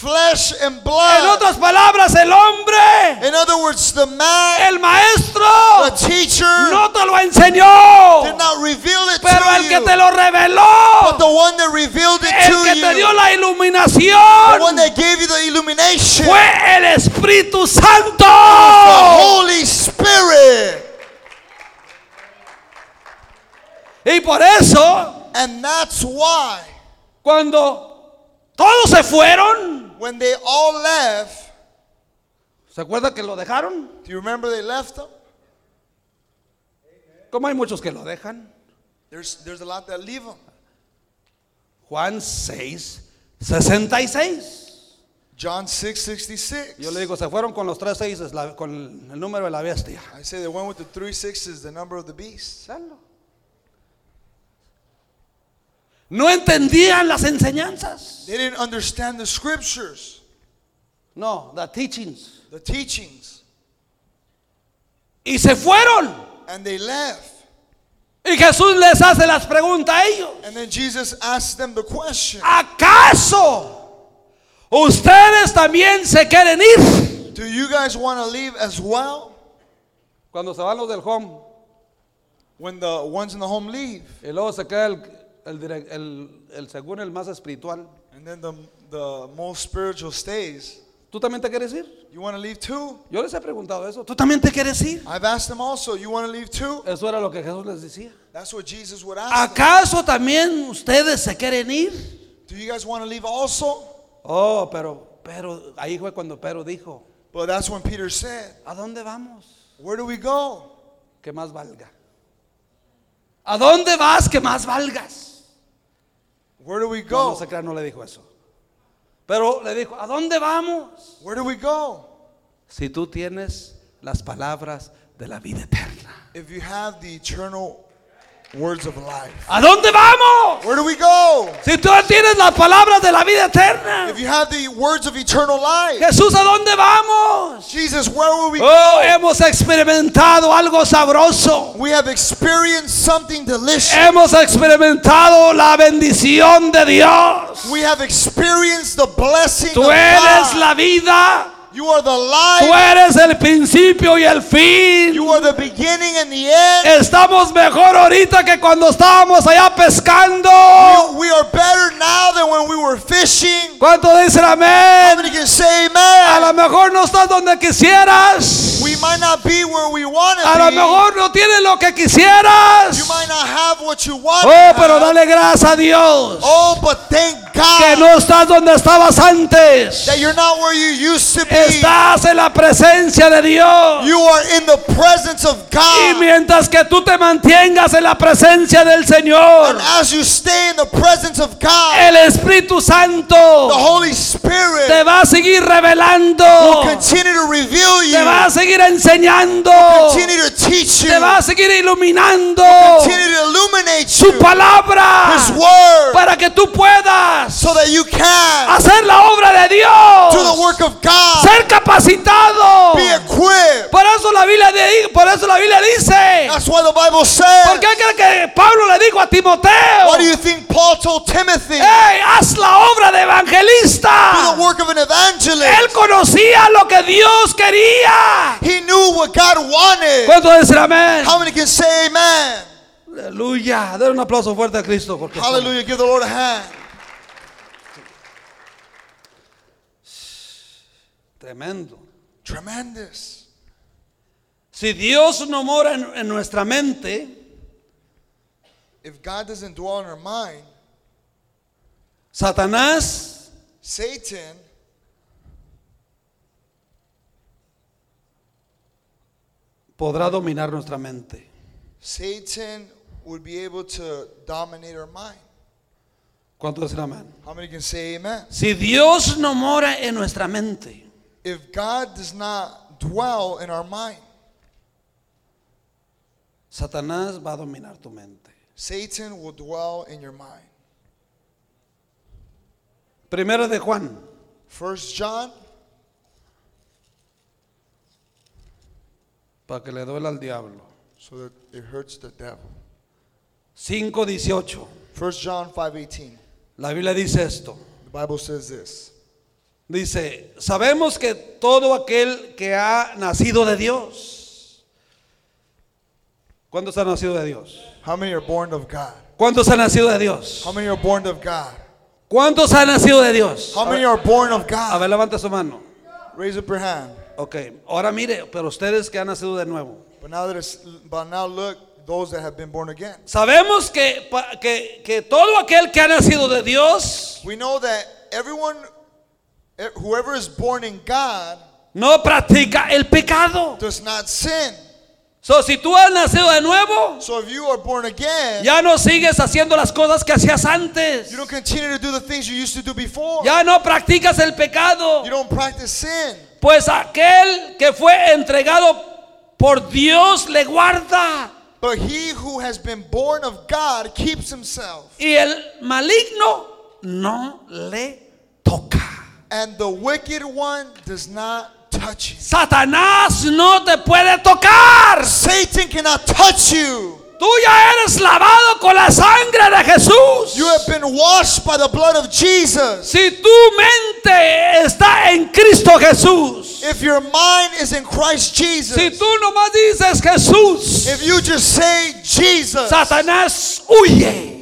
Speaker 2: Flesh and
Speaker 1: En
Speaker 2: blood.
Speaker 1: otras palabras, el hombre,
Speaker 2: In other words, the man,
Speaker 1: el maestro,
Speaker 2: the teacher,
Speaker 1: no te lo enseñó,
Speaker 2: did not reveal it
Speaker 1: pero el que
Speaker 2: to
Speaker 1: te
Speaker 2: you.
Speaker 1: lo
Speaker 2: But
Speaker 1: reveló,
Speaker 2: the one that revealed
Speaker 1: el
Speaker 2: it
Speaker 1: que te
Speaker 2: to
Speaker 1: dio
Speaker 2: you,
Speaker 1: la
Speaker 2: the one
Speaker 1: iluminación,
Speaker 2: that gave you the illumination, the
Speaker 1: fue el Espíritu Santo.
Speaker 2: Holy Spirit.
Speaker 1: Y por eso,
Speaker 2: And that's why.
Speaker 1: cuando todos se fueron,
Speaker 2: When they all left,
Speaker 1: ¿se acuerda que lo dejaron?
Speaker 2: do you remember they left them?
Speaker 1: Como hay muchos que lo dejan.
Speaker 2: There's, there's a lot that leave them.
Speaker 1: Juan 6, 66.
Speaker 2: John 6 66.
Speaker 1: Yo le digo, se fueron con los tres seises, la- con el número de la bestia.
Speaker 2: I say they went with the three sixes, the number of the beast.
Speaker 1: No entendían las enseñanzas.
Speaker 2: They didn't understand the scriptures,
Speaker 1: No, the teachings.
Speaker 2: the teachings,
Speaker 1: Y se fueron.
Speaker 2: and they left.
Speaker 1: Y Jesús les hace las preguntas a ellos.
Speaker 2: And then Jesus asked them the question
Speaker 1: ¿Acaso ustedes también se quieren ir?
Speaker 2: Do you guys want to leave as well?
Speaker 1: Cuando se van los del home,
Speaker 2: When the ones in the home leave,
Speaker 1: Y luego se queda el, el direc- el- el según el más espiritual.
Speaker 2: and then the, the most spiritual stays.
Speaker 1: ¿Tú también te quieres ir?
Speaker 2: You want to leave too?
Speaker 1: Yo les he preguntado eso. ¿Tú también te quieres ir?
Speaker 2: I've asked them also, you want to leave too?
Speaker 1: Eso era lo que Jesús les decía.
Speaker 2: That's what Jesus would ask. them.
Speaker 1: ¿Acaso también ustedes se quieren ir?
Speaker 2: Do you guys want to leave also?
Speaker 1: Oh, pero, pero ahí fue cuando Pedro dijo,
Speaker 2: But that's when Peter said,
Speaker 1: ¿a dónde vamos?
Speaker 2: Where do we go?
Speaker 1: Que más valga. ¿A dónde vas que más valgas?
Speaker 2: Where do we
Speaker 1: No, no
Speaker 2: go?
Speaker 1: se crean, no le dijo eso. Pero le dijo, ¿a dónde vamos?
Speaker 2: Where do we go?
Speaker 1: Si tú tienes las palabras de la vida eterna.
Speaker 2: If you have the eternal words of life,
Speaker 1: ¿A dónde vamos?
Speaker 2: where do we go?
Speaker 1: Si tú tienes las palabras de la vida eterna.
Speaker 2: If you have the words of eternal life,
Speaker 1: Jesús, ¿a dónde vamos?
Speaker 2: Jesus, where will we
Speaker 1: Oh, hemos experimentado algo sabroso.
Speaker 2: We have experienced something delicious.
Speaker 1: Hemos experimentado la bendición de Dios.
Speaker 2: We have experienced the blessing of
Speaker 1: Tú eres
Speaker 2: God.
Speaker 1: la vida.
Speaker 2: you are the
Speaker 1: Tú
Speaker 2: life.
Speaker 1: eres el principio y el fin.
Speaker 2: You are the beginning and the end.
Speaker 1: Estamos mejor ahorita que cuando estábamos allá pescando.
Speaker 2: we, we are better now than when we were fishing.
Speaker 1: ¿Cuánto dicen amén?
Speaker 2: Somebody can say
Speaker 1: A lo
Speaker 2: amen.
Speaker 1: mejor no estás donde quisieras.
Speaker 2: We might not be where we want to
Speaker 1: A lo
Speaker 2: be.
Speaker 1: mejor no tienes lo que
Speaker 2: You
Speaker 1: quisieras.
Speaker 2: might not have what you want.
Speaker 1: Oh,
Speaker 2: to
Speaker 1: pero
Speaker 2: have.
Speaker 1: dale gracias a Dios
Speaker 2: Oh, but thank
Speaker 1: que
Speaker 2: God
Speaker 1: no estás donde estabas antes.
Speaker 2: that you're not where you used to be.
Speaker 1: Estás en la presencia de Dios.
Speaker 2: You are in the presence of
Speaker 1: Y
Speaker 2: God.
Speaker 1: mientras que tú te mantengas en la presencia del Señor,
Speaker 2: And as you stay in the presence of God,
Speaker 1: el Espíritu
Speaker 2: the
Speaker 1: Santo
Speaker 2: Holy Spirit
Speaker 1: Eh. te va a seguir
Speaker 2: will
Speaker 1: revelando,
Speaker 2: continue to reveal you,
Speaker 1: te va a seguir enseñando,
Speaker 2: continue to teach you,
Speaker 1: te va a seguir iluminando
Speaker 2: continue to illuminate you,
Speaker 1: su palabra
Speaker 2: His Word,
Speaker 1: para que tú puedas
Speaker 2: so that you can
Speaker 1: hacer la obra de
Speaker 2: do the
Speaker 1: Dios,
Speaker 2: work of God,
Speaker 1: ser capacitado.
Speaker 2: be equipped.
Speaker 1: Por eso la Biblia, di- por eso la Biblia dice.
Speaker 2: That's why the Bible
Speaker 1: ¿Por
Speaker 2: says,
Speaker 1: qué cree que Pablo le dijo a Timoteo?
Speaker 2: what do you think Paul told Timothy? Do
Speaker 1: "Ey, haz la obra de
Speaker 2: the
Speaker 1: evangelista.
Speaker 2: work of an evangelist.
Speaker 1: Él conocía lo que Dios quería.
Speaker 2: He knew what God wanted.
Speaker 1: ¿Cuánto dicen amén?
Speaker 2: How many can say amen?
Speaker 1: Aleluya. Den un aplauso fuerte a Cristo. Porque
Speaker 2: Hallelujah. Give the Lord a hand.
Speaker 1: Tremendo.
Speaker 2: Tremendous.
Speaker 1: Si Dios no mora en, en nuestra mente,
Speaker 2: If God doesn't dwell in our mind,
Speaker 1: Satanás
Speaker 2: Satan
Speaker 1: podrá dominar nuestra mente.
Speaker 2: Satan would be able to dominate our mind.
Speaker 1: ¿Cuánto dicen amén?
Speaker 2: How many can say amen?
Speaker 1: Si Dios no mora en nuestra mente,
Speaker 2: If God does not dwell in our mind,
Speaker 1: Satanás va a dominar tu mente.
Speaker 2: Satan will dwell in your mind.
Speaker 1: Primero de Juan
Speaker 2: First John,
Speaker 1: para que le duela al diablo.
Speaker 2: so that it hurts the devil.
Speaker 1: 5:18.
Speaker 2: First John 5:18.
Speaker 1: La Biblia dice esto.
Speaker 2: The Bible says this.
Speaker 1: Dice, sabemos que todo aquel que ha nacido de Dios. ¿Cuántos han nacido de Dios?
Speaker 2: How many are born of God?
Speaker 1: ¿Cuántos han nacido de Dios?
Speaker 2: How many are born of God?
Speaker 1: ¿Cuántos han nacido de Dios?
Speaker 2: How many are born of
Speaker 1: A
Speaker 2: God?
Speaker 1: ver, levanta su mano.
Speaker 2: Raise up your hand.
Speaker 1: Ok, ahora mire, pero ustedes que han nacido de nuevo.
Speaker 2: But now that it's, but now look, those that have been born again.
Speaker 1: Sabemos que, pa- que, que todo aquel que ha nacido de Dios
Speaker 2: We know that everyone, eh, whoever is born in God,
Speaker 1: no practica el pecado.
Speaker 2: does not sin.
Speaker 1: So, si tú has nacido de nuevo,
Speaker 2: So if you are born again,
Speaker 1: Ya no sigues haciendo las cosas que hacías antes.
Speaker 2: you don't continue to do the things you used to do before.
Speaker 1: Ya no practicas el pecado.
Speaker 2: You don't practice sin.
Speaker 1: Pues aquel que fue entregado por Dios le guarda.
Speaker 2: But he who has been born of God keeps himself,
Speaker 1: Y el maligno no le toca.
Speaker 2: and the wicked one does not touch him.
Speaker 1: Satanás no te puede tocar.
Speaker 2: Satan cannot touch you.
Speaker 1: Tú ya eres lavado con la sangre de
Speaker 2: You
Speaker 1: Jesús.
Speaker 2: have been washed by the blood of Jesus.
Speaker 1: Si tu mente está en Cristo Jesús.
Speaker 2: If your mind is in Christ
Speaker 1: Si
Speaker 2: Jesus,
Speaker 1: tú nomás dices Jesús,
Speaker 2: if you just say Jesus,
Speaker 1: Satanás huye.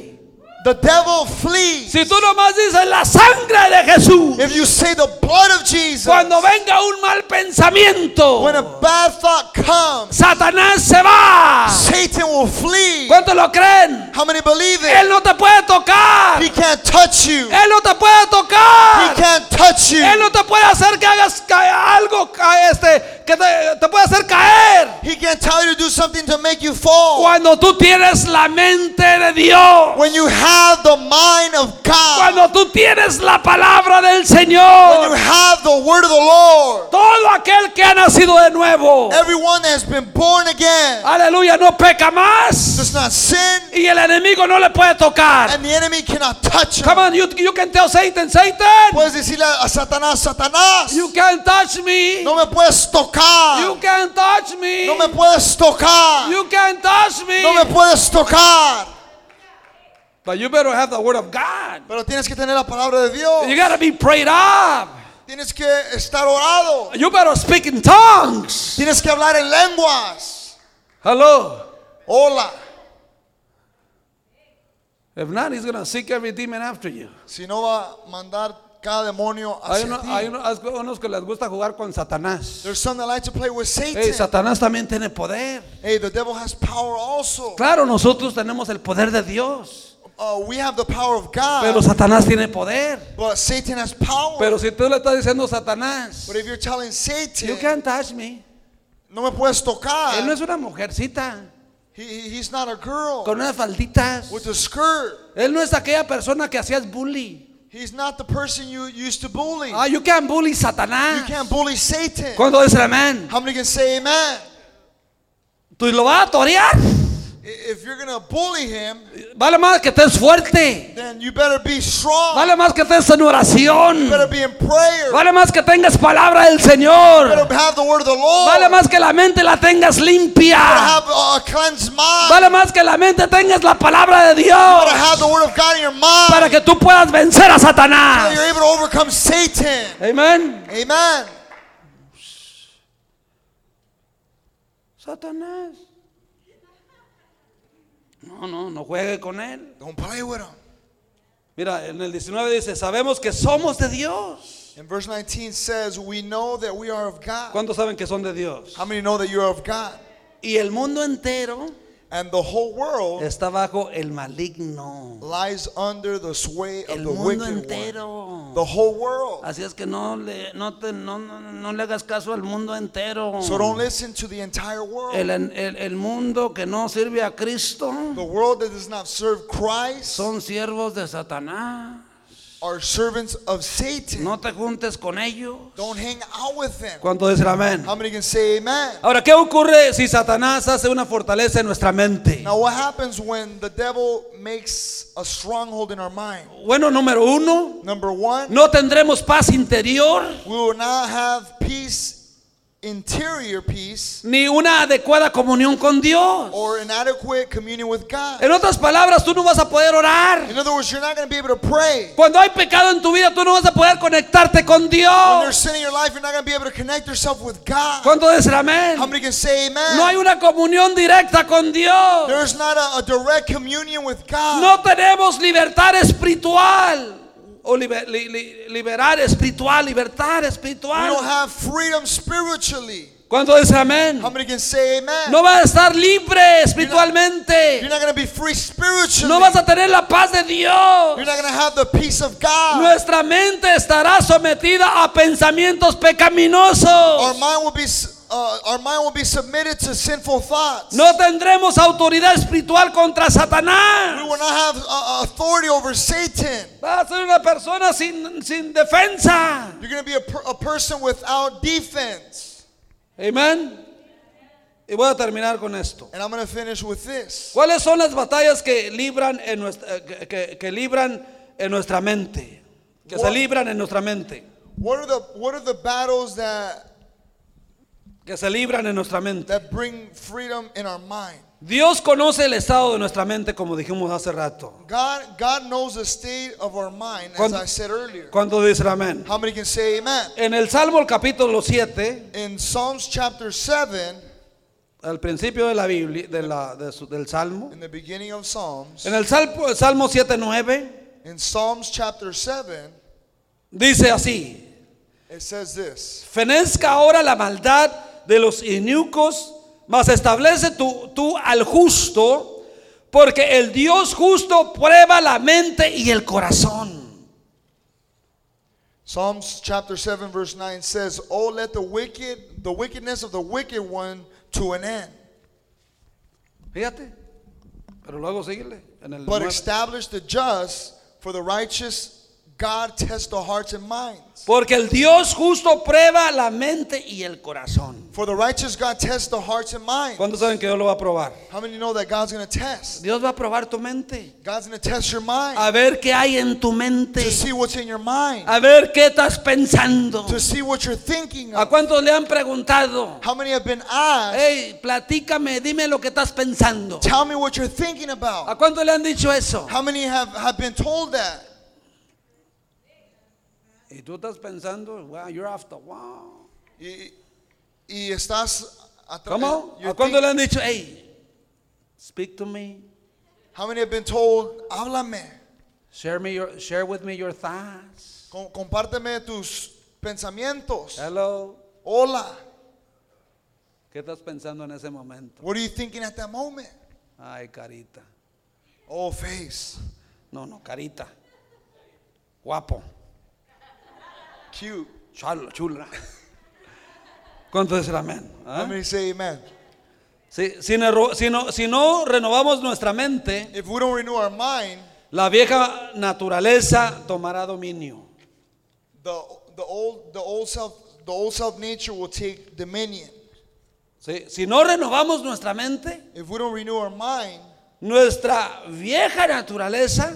Speaker 2: the devil flees.
Speaker 1: Si tú nomás dices la sangre de Jesús,
Speaker 2: If you say the blood of Jesus,
Speaker 1: cuando venga un mal pensamiento,
Speaker 2: when a bad thought comes,
Speaker 1: Satanás se va.
Speaker 2: Satan will flee.
Speaker 1: ¿Cuántos lo creen?
Speaker 2: How many believe it?
Speaker 1: Él no te puede tocar.
Speaker 2: He can't touch you. He
Speaker 1: Él no te puede tocar.
Speaker 2: can't touch you.
Speaker 1: Él no te puede hacer que hagas ca- algo ca- este, que te, te puede hacer caer.
Speaker 2: He can't tell you to do something to make you fall.
Speaker 1: Cuando tú tienes la mente de Dios.
Speaker 2: When you have the mind of God,
Speaker 1: Cuando tú tienes la palabra del
Speaker 2: when you
Speaker 1: Señor.
Speaker 2: have the word of the Lord,
Speaker 1: Todo aquel que ha nacido de nuevo.
Speaker 2: everyone that has been born again
Speaker 1: Aleluya, no peca más.
Speaker 2: does not sin,
Speaker 1: Y el enemigo no le puede tocar.
Speaker 2: and the enemy cannot touch him.
Speaker 1: Come on, you, you can tell Satan, Satan.
Speaker 2: Puedes decirle a Satanás, Satanás,
Speaker 1: You can't touch me.
Speaker 2: no me puedes
Speaker 1: You
Speaker 2: tocar,
Speaker 1: can't touch me.
Speaker 2: no me puedes tocar,
Speaker 1: You can't touch me.
Speaker 2: no me puedes tocar.
Speaker 1: But you better have the word of God.
Speaker 2: Pero tienes que tener la palabra de Dios,
Speaker 1: You gotta be prayed up.
Speaker 2: tienes que estar orado,
Speaker 1: You better speak in tongues.
Speaker 2: tienes que hablar en lenguas.
Speaker 1: Hello.
Speaker 2: Hola.
Speaker 1: If not, he's gonna seek every demon after you.
Speaker 2: Si no va a mandar cada demonio
Speaker 1: Hay,
Speaker 2: hacia
Speaker 1: uno-
Speaker 2: ti.
Speaker 1: hay uno- hay unos que les gusta jugar con Satanás.
Speaker 2: There's some that like to play with Satan.
Speaker 1: Hey, Satanás también tiene poder.
Speaker 2: Hey, the devil has power also.
Speaker 1: Claro, nosotros tenemos el poder de Dios,
Speaker 2: Uh, we have the power of God,
Speaker 1: pero Satanás tiene poder.
Speaker 2: but Satan has power.
Speaker 1: Pero si tú le estás diciendo Satanás,
Speaker 2: but if you're telling Satan,
Speaker 1: you can't touch me.
Speaker 2: no me puedes tocar,
Speaker 1: Él no es una mujercita
Speaker 2: he, he- he's not a girl
Speaker 1: con unas falditas.
Speaker 2: with a skirt.
Speaker 1: Él no es aquella persona que hacías bully.
Speaker 2: He's not the person you used to bully.
Speaker 1: Ah, you can't bully
Speaker 2: you
Speaker 1: Satanás.
Speaker 2: can't bully Satan.
Speaker 1: Cuando dice amén,
Speaker 2: How many can say amen?
Speaker 1: tú lo vas a torear.
Speaker 2: I- If you're going to bully him,
Speaker 1: Vale más que estés fuerte.
Speaker 2: then you better be strong.
Speaker 1: Vale más que estés en
Speaker 2: You
Speaker 1: oración.
Speaker 2: better be in prayer.
Speaker 1: Vale más que tengas palabra del
Speaker 2: You
Speaker 1: Señor.
Speaker 2: better have the word of the Lord.
Speaker 1: Vale más que la mente la tengas
Speaker 2: to
Speaker 1: limpia.
Speaker 2: have uh, a cleansed mind.
Speaker 1: Vale más que la mente tengas la palabra de Dios
Speaker 2: to have the word of God in your mind.
Speaker 1: para que tú puedas vencer a
Speaker 2: so
Speaker 1: Satanás.
Speaker 2: you're able to overcome Satan.
Speaker 1: Amén.
Speaker 2: Amen.
Speaker 1: Satanás. No, no, no juegue con él.
Speaker 2: Don't play with him.
Speaker 1: Mira, en el 19 dice, sabemos que somos de Dios.
Speaker 2: And verse 19 says, We know that we are of God.
Speaker 1: ¿Cuántos saben que son de Dios?
Speaker 2: How many know that you are of God?
Speaker 1: Y el mundo entero
Speaker 2: And the whole world
Speaker 1: está bajo el maligno.
Speaker 2: lies under the sway of
Speaker 1: El
Speaker 2: the
Speaker 1: mundo
Speaker 2: wicked one.
Speaker 1: entero.
Speaker 2: The whole world.
Speaker 1: Así es que no le, no te- no- no- no le hagas caso al mundo entero.
Speaker 2: So don't listen to the entire world.
Speaker 1: El, el- el mundo que no sirve a Cristo
Speaker 2: The world that does not serve Christ
Speaker 1: son siervos de Satanás.
Speaker 2: are servants of Satan.
Speaker 1: No te juntes con ellos.
Speaker 2: Don't hang out with them.
Speaker 1: ¿Cuánto dicen amén?
Speaker 2: How many can say amen?
Speaker 1: Ahora, ¿qué ocurre si Satanás hace una fortaleza en nuestra mente?
Speaker 2: Now, what happens when the devil makes a stronghold in our mind?
Speaker 1: Bueno, número uno,
Speaker 2: Number one,
Speaker 1: no tendremos paz interior
Speaker 2: we will not have peace, interior peace,
Speaker 1: ni una adecuada comunión con Dios.
Speaker 2: or an adequate communion with God.
Speaker 1: En otras palabras, tú no vas a poder orar.
Speaker 2: In other words, you're not going to be able to pray.
Speaker 1: Cuando hay pecado en tu vida, tú no vas a poder conectarte con
Speaker 2: When there's
Speaker 1: Dios.
Speaker 2: sin in your life, you're not going to be able to connect yourself with God.
Speaker 1: ¿Cuánto dicen amén?
Speaker 2: How many can say
Speaker 1: No hay
Speaker 2: amen?
Speaker 1: una comunión directa con Dios.
Speaker 2: There's not a, a direct communion with God.
Speaker 1: No tenemos libertad espiritual. O liber- li- li- liberar espiritual, libertad
Speaker 2: We don't
Speaker 1: espiritual.
Speaker 2: have freedom spiritually.
Speaker 1: Cuando dice amén?
Speaker 2: How many can say amen?
Speaker 1: No vas a estar libre
Speaker 2: You're
Speaker 1: espiritualmente.
Speaker 2: not going to be free spiritually.
Speaker 1: No vas a tener la paz de Dios.
Speaker 2: You're not going to have the peace of God.
Speaker 1: Nuestra mente estará sometida a pensamientos pecaminosos.
Speaker 2: Our mind will be uh, our mind will be submitted to sinful thoughts.
Speaker 1: No tendremos autoridad espiritual contra
Speaker 2: We
Speaker 1: Satanás.
Speaker 2: will not have uh, authority over Satan.
Speaker 1: Vas a ser una persona sin, sin defensa.
Speaker 2: You're going to be a, per- a person without defense.
Speaker 1: Amén. Y voy a terminar con esto.
Speaker 2: And I'm going to finish with this.
Speaker 1: ¿Cuáles son las batallas que libran en nuestra, eh, que, que- que libran en nuestra mente? Que se
Speaker 2: What?
Speaker 1: libran en nuestra mente.
Speaker 2: What are the what are the battles that
Speaker 1: Que se libran en nuestra mente.
Speaker 2: that bring freedom in our mind?
Speaker 1: Dios conoce el estado de nuestra mente, como dijimos hace rato.
Speaker 2: God, God knows the state of our mind, as
Speaker 1: Cuando-
Speaker 2: I said earlier.
Speaker 1: Cuando dice amén?
Speaker 2: How many can say amen?
Speaker 1: En el Salmo, el capítulo 7,
Speaker 2: In Psalms chapter 7,
Speaker 1: al principio de la Biblia, de la- de su- del Salmo,
Speaker 2: in the beginning of Psalms,
Speaker 1: en el Salmo, el Salmo 7, 9,
Speaker 2: in Psalms chapter 7,
Speaker 1: dice así.
Speaker 2: it says this
Speaker 1: Fenezca ahora la maldad de los inicuos, mas establece tú, tú al justo, porque el Dios justo prueba la mente y el corazón.
Speaker 2: Psalms chapter 7, verse 9 says, Oh, let the wicked, the wickedness of the wicked one to an end,
Speaker 1: Fíjate, pero luego síguele. En el
Speaker 2: but
Speaker 1: nueve.
Speaker 2: establish the just for the righteous. God tests the hearts and minds.
Speaker 1: Porque el Dios justo prueba la mente y el corazón.
Speaker 2: For the righteous, God tests the hearts and minds.
Speaker 1: ¿Cuándo saben que Dios lo va a probar?
Speaker 2: How many know that God's going to test?
Speaker 1: Dios va a probar tu mente.
Speaker 2: God's going to test your mind
Speaker 1: A ver qué hay en tu mente.
Speaker 2: to see what's in your mind,
Speaker 1: A ver qué estás pensando.
Speaker 2: to see what you're thinking
Speaker 1: ¿A
Speaker 2: of.
Speaker 1: cuántos le han preguntado?
Speaker 2: How many have been asked,
Speaker 1: Hey, platícame, dime lo que estás pensando.
Speaker 2: tell me what you're thinking
Speaker 1: ¿A
Speaker 2: about?
Speaker 1: cuánto le han dicho eso?
Speaker 2: How many have, have been told that?
Speaker 1: Y tú estás pensando, wow, you're after, wow.
Speaker 2: Y, y estás atra-
Speaker 1: ¿Cómo?
Speaker 2: you're
Speaker 1: ¿A cuánto le
Speaker 2: think-
Speaker 1: han dicho, hey, speak to me,
Speaker 2: How many have been told, háblame,
Speaker 1: share, me your, share with me your thoughts?
Speaker 2: com- compárteme tus pensamientos?
Speaker 1: Eh. Hello,
Speaker 2: Hola,
Speaker 1: ¿qué estás pensando en ese momento?
Speaker 2: what are you thinking at that moment?
Speaker 1: Ay, carita.
Speaker 2: Oh, face,
Speaker 1: No, no, carita. Guapo,
Speaker 2: cute.
Speaker 1: chulo, chula. ¿Cuánto es el amén? ¿Ah?
Speaker 2: How many say amen?
Speaker 1: Si- si no- si no- si no renovamos nuestra mente,
Speaker 2: If we don't renew our mind,
Speaker 1: La vieja naturaleza tomará dominio.
Speaker 2: the, the old the old self the old self nature will take dominion.
Speaker 1: Si, si no renovamos nuestra mente,
Speaker 2: If we don't renew our mind,
Speaker 1: nuestra vieja naturaleza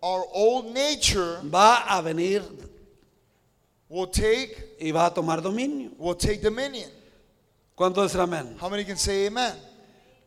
Speaker 2: our old nature
Speaker 1: va a venir
Speaker 2: will take
Speaker 1: y va a tomar dominio.
Speaker 2: will take dominion.
Speaker 1: ¿Cuánto es amén?
Speaker 2: How many can say amen?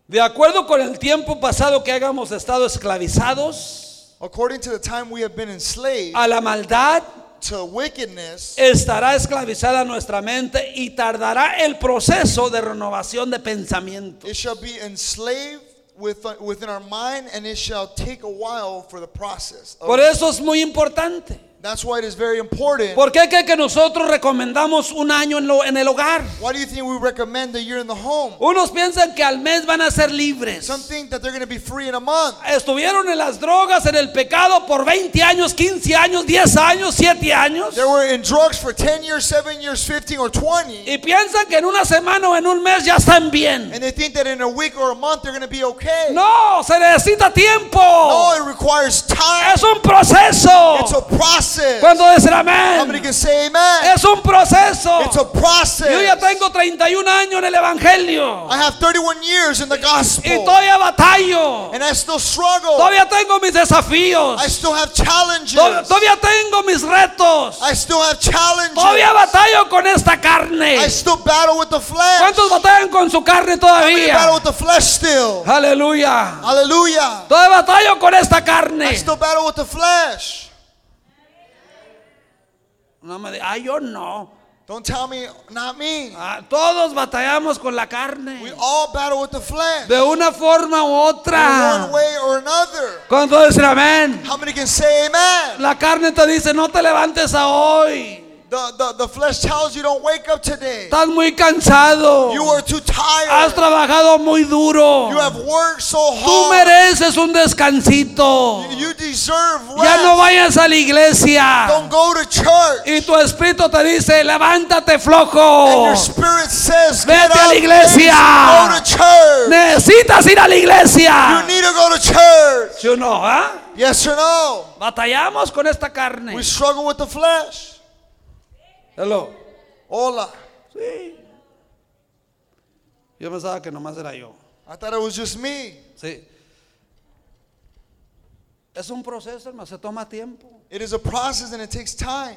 Speaker 1: De acuerdo con el tiempo pasado que hayamos estado esclavizados
Speaker 2: According to the time we have been enslaved
Speaker 1: a la maldad,
Speaker 2: to wickedness,
Speaker 1: estará esclavizada nuestra mente y tardará el proceso de renovación de pensamiento.
Speaker 2: it shall be enslaved with, within our mind and it shall take a while for the process. of-
Speaker 1: Por eso es muy importante.
Speaker 2: That's why it is very important.
Speaker 1: ¿Por qué que, que nosotros recomendamos un año en lo- en el hogar?
Speaker 2: Why do you think we recommend that you're in the home?
Speaker 1: Unos piensan que al mes van a ser libres.
Speaker 2: Some think that they're going to be free in a month.
Speaker 1: Estuvieron en las drogas, en el pecado por 20 años, 15 años, 10 años, 7 años.
Speaker 2: They were in drugs for 10 years, 7 years, 15 or 20.
Speaker 1: Y piensan que en una semana o en un mes ya están bien.
Speaker 2: And they think that in a week or a month they're going to be okay.
Speaker 1: No, se necesita
Speaker 2: No,
Speaker 1: tiempo.
Speaker 2: it requires time.
Speaker 1: Es un proceso.
Speaker 2: It's a process.
Speaker 1: ¿Cuándo es el
Speaker 2: Somebody
Speaker 1: amén?
Speaker 2: can say amen.
Speaker 1: Es un proceso.
Speaker 2: It's a
Speaker 1: Yo ya
Speaker 2: process.
Speaker 1: tengo 31 años en el Evangelio.
Speaker 2: I have 31 years in the
Speaker 1: Y
Speaker 2: gospel.
Speaker 1: todavía batallo.
Speaker 2: And I still struggle.
Speaker 1: Todavía tengo mis desafíos.
Speaker 2: I still have
Speaker 1: Tod-
Speaker 2: challenges.
Speaker 1: Todavía tengo mis retos.
Speaker 2: I still have
Speaker 1: Todavía
Speaker 2: challenges.
Speaker 1: batallo con esta carne.
Speaker 2: I still battle with the flesh.
Speaker 1: ¿Cuántos batallan con su carne
Speaker 2: I
Speaker 1: todavía?
Speaker 2: battle with the flesh still.
Speaker 1: Aleluya.
Speaker 2: Hallelujah.
Speaker 1: Todavía batallo con esta
Speaker 2: I
Speaker 1: carne.
Speaker 2: still battle with the flesh.
Speaker 1: No me diga, ay, yo no.
Speaker 2: Don't tell me, not me.
Speaker 1: Ah, todos batallamos con la
Speaker 2: We
Speaker 1: carne.
Speaker 2: all battle with the flesh.
Speaker 1: De una forma u
Speaker 2: In one
Speaker 1: otra.
Speaker 2: way or another.
Speaker 1: ¿Cuántos dicen amén?
Speaker 2: How many can say amen?
Speaker 1: La carne te dice, no te levantes a hoy.
Speaker 2: The, the, the flesh tells you don't wake up today.
Speaker 1: Estás muy cansado.
Speaker 2: You are too
Speaker 1: Has
Speaker 2: tired.
Speaker 1: trabajado muy duro.
Speaker 2: You have worked so
Speaker 1: Tú
Speaker 2: hard.
Speaker 1: mereces un descansito.
Speaker 2: You deserve
Speaker 1: Ya no
Speaker 2: rest.
Speaker 1: vayas a la iglesia.
Speaker 2: Don't go to church.
Speaker 1: Y tu espíritu te dice, levántate
Speaker 2: And
Speaker 1: flojo.
Speaker 2: your spirit says,
Speaker 1: Vete
Speaker 2: get
Speaker 1: a la
Speaker 2: up,
Speaker 1: iglesia.
Speaker 2: Go to church.
Speaker 1: Necesitas ir a la
Speaker 2: You
Speaker 1: iglesia.
Speaker 2: need to go to church.
Speaker 1: ¿Sí o no? ah?
Speaker 2: Yes or no?
Speaker 1: Batallamos con esta
Speaker 2: We
Speaker 1: carne.
Speaker 2: struggle with the flesh.
Speaker 1: Hello.
Speaker 2: Hola.
Speaker 1: Sí. Yo pensaba que nomás era yo.
Speaker 2: I thought it was just me.
Speaker 1: Sí. Es un proceso, hermano, se toma tiempo.
Speaker 2: It is a process and it takes time.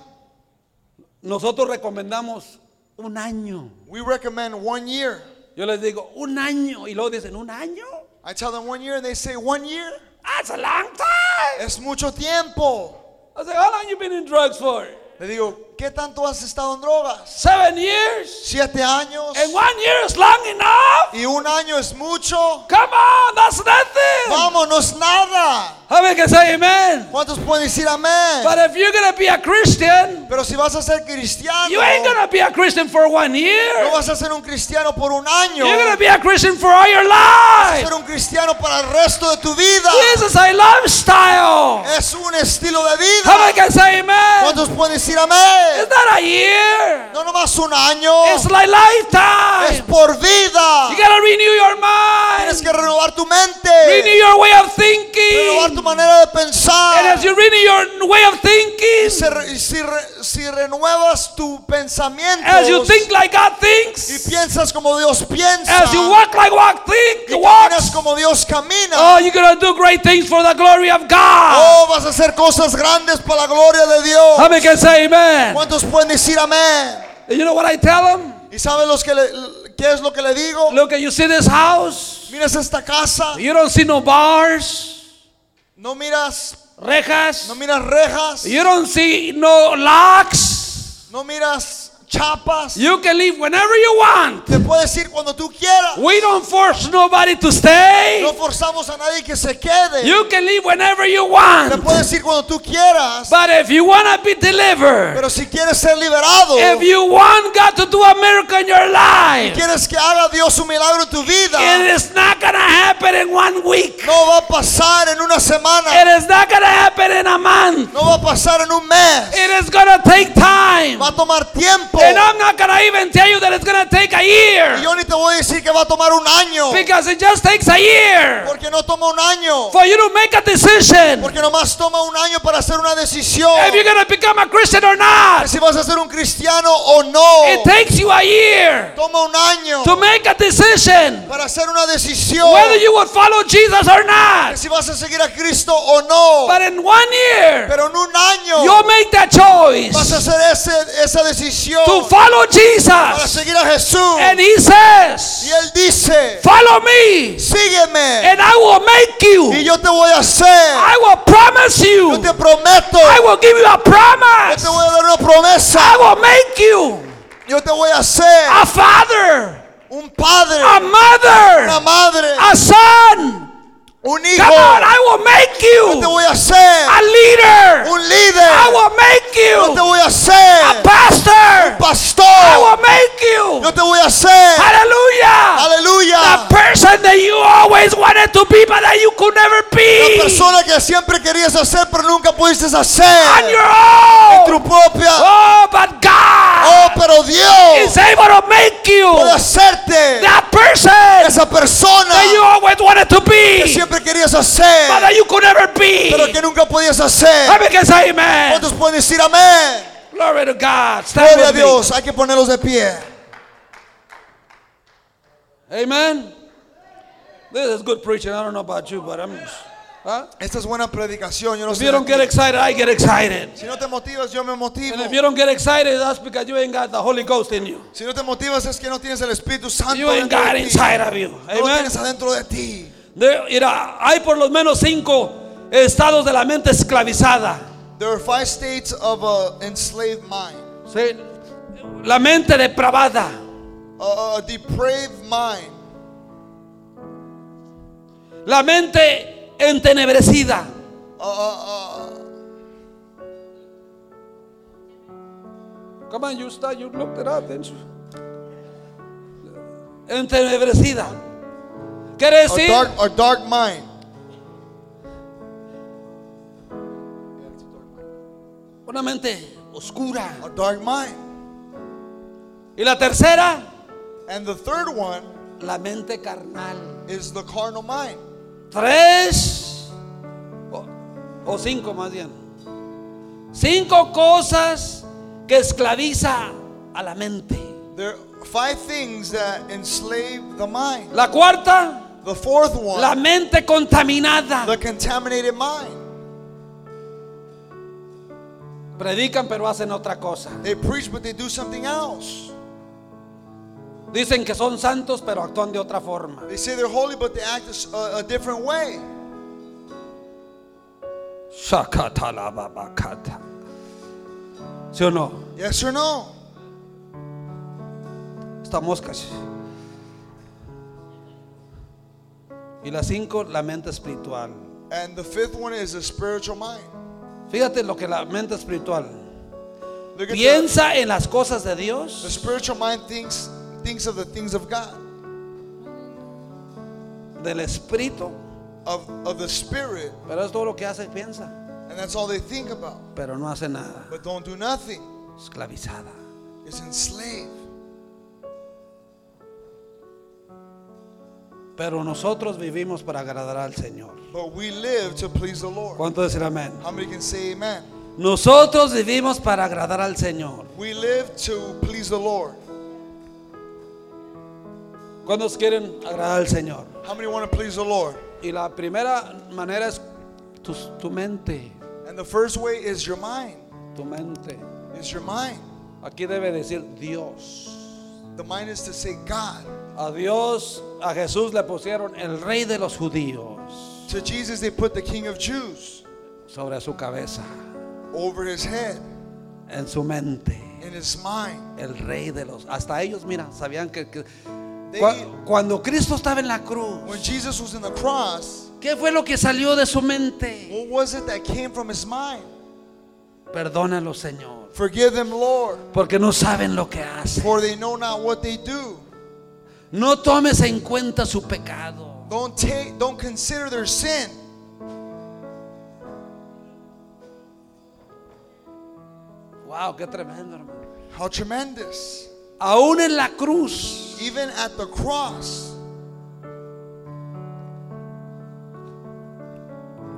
Speaker 1: Nosotros recomendamos un año.
Speaker 2: We recommend one year.
Speaker 1: Yo les digo, un año. Y luego dicen, ¿un año?
Speaker 2: I tell them one year and they say, one year?
Speaker 1: That's a long time.
Speaker 2: Es mucho tiempo.
Speaker 1: I say, how long you been in drugs for?
Speaker 2: Le digo, ¿qué tanto has estado en drogas?
Speaker 1: Seven years.
Speaker 2: Siete años.
Speaker 1: And one year is long enough.
Speaker 2: Y un año es mucho.
Speaker 1: Come on, that's nothing.
Speaker 2: Vámonos nada.
Speaker 1: How many can say amen?
Speaker 2: ¿Cuántos pueden decir amén?
Speaker 1: But if you're gonna be a Christian,
Speaker 2: Pero si vas a ser cristiano,
Speaker 1: you ain't gonna be a Christian for one
Speaker 2: no
Speaker 1: year.
Speaker 2: vas a ser un cristiano por un año.
Speaker 1: You're gonna be a Christian for all your
Speaker 2: Vas a
Speaker 1: life.
Speaker 2: ser un cristiano para el resto de tu vida.
Speaker 1: This is a lifestyle.
Speaker 2: Es un estilo de
Speaker 1: How many
Speaker 2: vida.
Speaker 1: can say amen?
Speaker 2: ¿Cuántos pueden decir amén?
Speaker 1: It's not a year.
Speaker 2: No nomás un año.
Speaker 1: It's like
Speaker 2: Es
Speaker 1: lifetime.
Speaker 2: por vida.
Speaker 1: You gotta renew your
Speaker 2: Tienes
Speaker 1: mind.
Speaker 2: que renovar tu
Speaker 1: Renew
Speaker 2: mente.
Speaker 1: your way of
Speaker 2: Renovar tu
Speaker 1: thinking.
Speaker 2: manera de
Speaker 1: And
Speaker 2: pensar.
Speaker 1: as you renew your way of thinking,
Speaker 2: Se re- y si, re- si renuevas tu pensamiento
Speaker 1: as you think like God
Speaker 2: y
Speaker 1: thinks,
Speaker 2: piensas como Dios piensa,
Speaker 1: as you walk like walk think
Speaker 2: y
Speaker 1: walks,
Speaker 2: caminas como Dios camina,
Speaker 1: oh, you're gonna do great things for the glory of God.
Speaker 2: oh, vas a hacer cosas grandes para la gloria de Dios.
Speaker 1: How many can say amen?
Speaker 2: ¿Cuántos pueden decir amén?
Speaker 1: And you know what I tell them?
Speaker 2: ¿Y saben los que le- qué es lo que le digo?
Speaker 1: Look, you see this house?
Speaker 2: Miras esta casa,
Speaker 1: You don't see no bars,
Speaker 2: no miras, no
Speaker 1: rejas.
Speaker 2: miras rejas,
Speaker 1: You don't see no locks.
Speaker 2: no miras chapas.
Speaker 1: You can leave whenever you want.
Speaker 2: Te puedes ir cuando tú quieras.
Speaker 1: We don't force nobody to stay.
Speaker 2: No forzamos a nadie que se quede.
Speaker 1: You can leave whenever you
Speaker 2: Te
Speaker 1: want.
Speaker 2: puedes ir cuando tú quieras.
Speaker 1: But if you want to be delivered,
Speaker 2: Pero si quieres ser liberado,
Speaker 1: if you want God to do a miracle in your life,
Speaker 2: quieres que haga Dios un milagro en tu vida,
Speaker 1: it is not going to happen in one week.
Speaker 2: no va a pasar en una semana,
Speaker 1: It is not going to happen in a month.
Speaker 2: no va a pasar en un mes.
Speaker 1: It is going to take time.
Speaker 2: Va a tomar tiempo.
Speaker 1: And I'm not going to even tell you that it's going to take a
Speaker 2: Y
Speaker 1: year.
Speaker 2: oh. yo ni te voy a decir que va a tomar un año,
Speaker 1: Because it just takes a year
Speaker 2: porque no toma un año.
Speaker 1: for you to make a decision
Speaker 2: Porque nomás toma un año para hacer una decisión.
Speaker 1: if you're going to become a Christian or
Speaker 2: de
Speaker 1: not.
Speaker 2: Si vas a ser un cristiano o no.
Speaker 1: It takes you a year.
Speaker 2: Toma un año
Speaker 1: to make a decision
Speaker 2: para hacer una decisión.
Speaker 1: whether you would follow Jesus or
Speaker 2: de
Speaker 1: not.
Speaker 2: si vas a seguir a Cristo o no.
Speaker 1: But in one year,
Speaker 2: Pero en un año
Speaker 1: you'll make that
Speaker 2: vas a
Speaker 1: choice
Speaker 2: hacer ese- esa decisión
Speaker 1: to follow
Speaker 2: para
Speaker 1: Jesus.
Speaker 2: seguir a Jesús.
Speaker 1: And He
Speaker 2: y
Speaker 1: says,
Speaker 2: Él dice,
Speaker 1: Follow me,
Speaker 2: sígueme
Speaker 1: and I will make
Speaker 2: y
Speaker 1: you.
Speaker 2: yo te voy a hacer.
Speaker 1: I will promise
Speaker 2: Yo
Speaker 1: you.
Speaker 2: te prometo.
Speaker 1: I will give you a
Speaker 2: Yo te
Speaker 1: promise.
Speaker 2: voy a dar una promesa.
Speaker 1: I will make you
Speaker 2: Yo te voy a hacer
Speaker 1: a father,
Speaker 2: un padre,
Speaker 1: a
Speaker 2: una
Speaker 1: mother,
Speaker 2: madre,
Speaker 1: a son.
Speaker 2: un
Speaker 1: Come
Speaker 2: hijo.
Speaker 1: on, I will make
Speaker 2: Yo te
Speaker 1: you
Speaker 2: voy a hacer
Speaker 1: a leader.
Speaker 2: un líder.
Speaker 1: I will make
Speaker 2: Yo te
Speaker 1: you
Speaker 2: voy a
Speaker 1: a
Speaker 2: hacer
Speaker 1: pastor. I
Speaker 2: pastor.
Speaker 1: will make you.
Speaker 2: Yo te voy a hacer.
Speaker 1: Hallelujah. The
Speaker 2: Aleluya.
Speaker 1: person that you always wanted to be, but that you could never
Speaker 2: La
Speaker 1: be
Speaker 2: persona que siempre querías hacer pero nunca pudiste
Speaker 1: on
Speaker 2: hacer.
Speaker 1: your
Speaker 2: En
Speaker 1: own.
Speaker 2: tu propia.
Speaker 1: Oh, but God
Speaker 2: Oh, pero Dios
Speaker 1: is able to make you
Speaker 2: puede hacerte
Speaker 1: that person
Speaker 2: esa persona
Speaker 1: that you always wanted to
Speaker 2: que
Speaker 1: be,
Speaker 2: siempre querías
Speaker 1: but
Speaker 2: hacer
Speaker 1: that you could never be.
Speaker 2: pero que nunca podías hacer.
Speaker 1: Let me say amen.
Speaker 2: ¿Cuántos pueden decir amén?
Speaker 1: Glory to God. Stand
Speaker 2: Gloria a
Speaker 1: with me.
Speaker 2: Dios. Hay que ponerlos de pie.
Speaker 1: Amen. This is good preaching. I don't know about you, but I'm. Huh?
Speaker 2: Esta es buena predicación. Yo no
Speaker 1: If you
Speaker 2: sé de
Speaker 1: don't
Speaker 2: ti.
Speaker 1: get excited, I get excited.
Speaker 2: Si no te motivas, yo me motivo.
Speaker 1: And if you don't get excited, that's because you ain't got the Holy Ghost in you.
Speaker 2: Si no te motivas es que no tienes el Espíritu Santo
Speaker 1: You ain't
Speaker 2: dentro
Speaker 1: got
Speaker 2: de ti.
Speaker 1: inside of you.
Speaker 2: No lo
Speaker 1: Amen.
Speaker 2: tienes adentro de ti.
Speaker 1: There- mira, hay por lo menos cinco estados de la mente esclavizada.
Speaker 2: There are five states of a enslaved mind,
Speaker 1: Sí. La mente depravada,
Speaker 2: a, a depraved mind,
Speaker 1: la mente entenebrecida,
Speaker 2: a, a-
Speaker 1: Come on, you start, you looked it up, didn't you? Entenebrecida. Quiere
Speaker 2: a- a
Speaker 1: decir
Speaker 2: dark, a dark mind,
Speaker 1: una mente oscura.
Speaker 2: a dark mind.
Speaker 1: Y la tercera,
Speaker 2: And the third one
Speaker 1: la mente carnal.
Speaker 2: is the carnal mind.
Speaker 1: Tres o, o cinco más bien. Cinco cosas que esclaviza a la mente.
Speaker 2: There are five things that enslave the mind.
Speaker 1: La cuarta,
Speaker 2: The fourth
Speaker 1: la
Speaker 2: one,
Speaker 1: mente contaminada.
Speaker 2: the contaminated mind.
Speaker 1: Predican pero hacen otra cosa.
Speaker 2: They preach, but they do something else.
Speaker 1: Dicen que son santos, pero actúan de otra forma.
Speaker 2: They say they're holy, but they act a s- a, a different way.
Speaker 1: Shakatalababakata. ¿Sí o no?
Speaker 2: Yes or no?
Speaker 1: Estas moscas. Y las cinco, la mente espiritual.
Speaker 2: And the fifth one is a spiritual mind.
Speaker 1: Fíjate lo que la mente espiritual
Speaker 2: Look at the,
Speaker 1: piensa en las cosas de
Speaker 2: the
Speaker 1: Dios,
Speaker 2: spiritual mind thinks thinks of the things of God,
Speaker 1: del espíritu,
Speaker 2: of of the spirit,
Speaker 1: pero es todo lo que hace, piensa,
Speaker 2: and that's all they think about.
Speaker 1: pero no hace nada.
Speaker 2: But don't do nothing.
Speaker 1: Esclavizada.
Speaker 2: It's enslaved.
Speaker 1: Pero nosotros vivimos para agradar al Señor.
Speaker 2: But we live to please the Lord.
Speaker 1: ¿Cuánto decir amén?
Speaker 2: How many can say amen?
Speaker 1: Nosotros vivimos para agradar al Señor.
Speaker 2: We live to please the Lord.
Speaker 1: ¿Cuántos quieren agradar al Señor?
Speaker 2: How many want to please the Lord?
Speaker 1: Y la primera manera es tu, tu mente,
Speaker 2: And the first way is your mind.
Speaker 1: tu mente.
Speaker 2: Is your mind.
Speaker 1: Aquí debe decir Dios.
Speaker 2: The mind is to say God.
Speaker 1: A Dios, a Jesús le pusieron el rey de los judíos
Speaker 2: To Jesus they put the King of Jews
Speaker 1: sobre su cabeza,
Speaker 2: over his head,
Speaker 1: en su mente.
Speaker 2: in his mind.
Speaker 1: El rey de los... Hasta ellos, mira, sabían que... que-
Speaker 2: They-
Speaker 1: cua- cuando Cristo estaba en la cruz,
Speaker 2: When Jesus was in the cross,
Speaker 1: ¿qué fue lo que salió de su mente?
Speaker 2: what was it that came from his mind?
Speaker 1: Perdónalo, Señor,
Speaker 2: Forgive them, Lord,
Speaker 1: porque no saben lo que hacen.
Speaker 2: for they know not what they do.
Speaker 1: No tomes en cuenta su pecado.
Speaker 2: Don't take don't consider their sin.
Speaker 1: Wow, qué tremendo, hermano.
Speaker 2: How tremendous.
Speaker 1: Aún en la cruz,
Speaker 2: Even at the cross,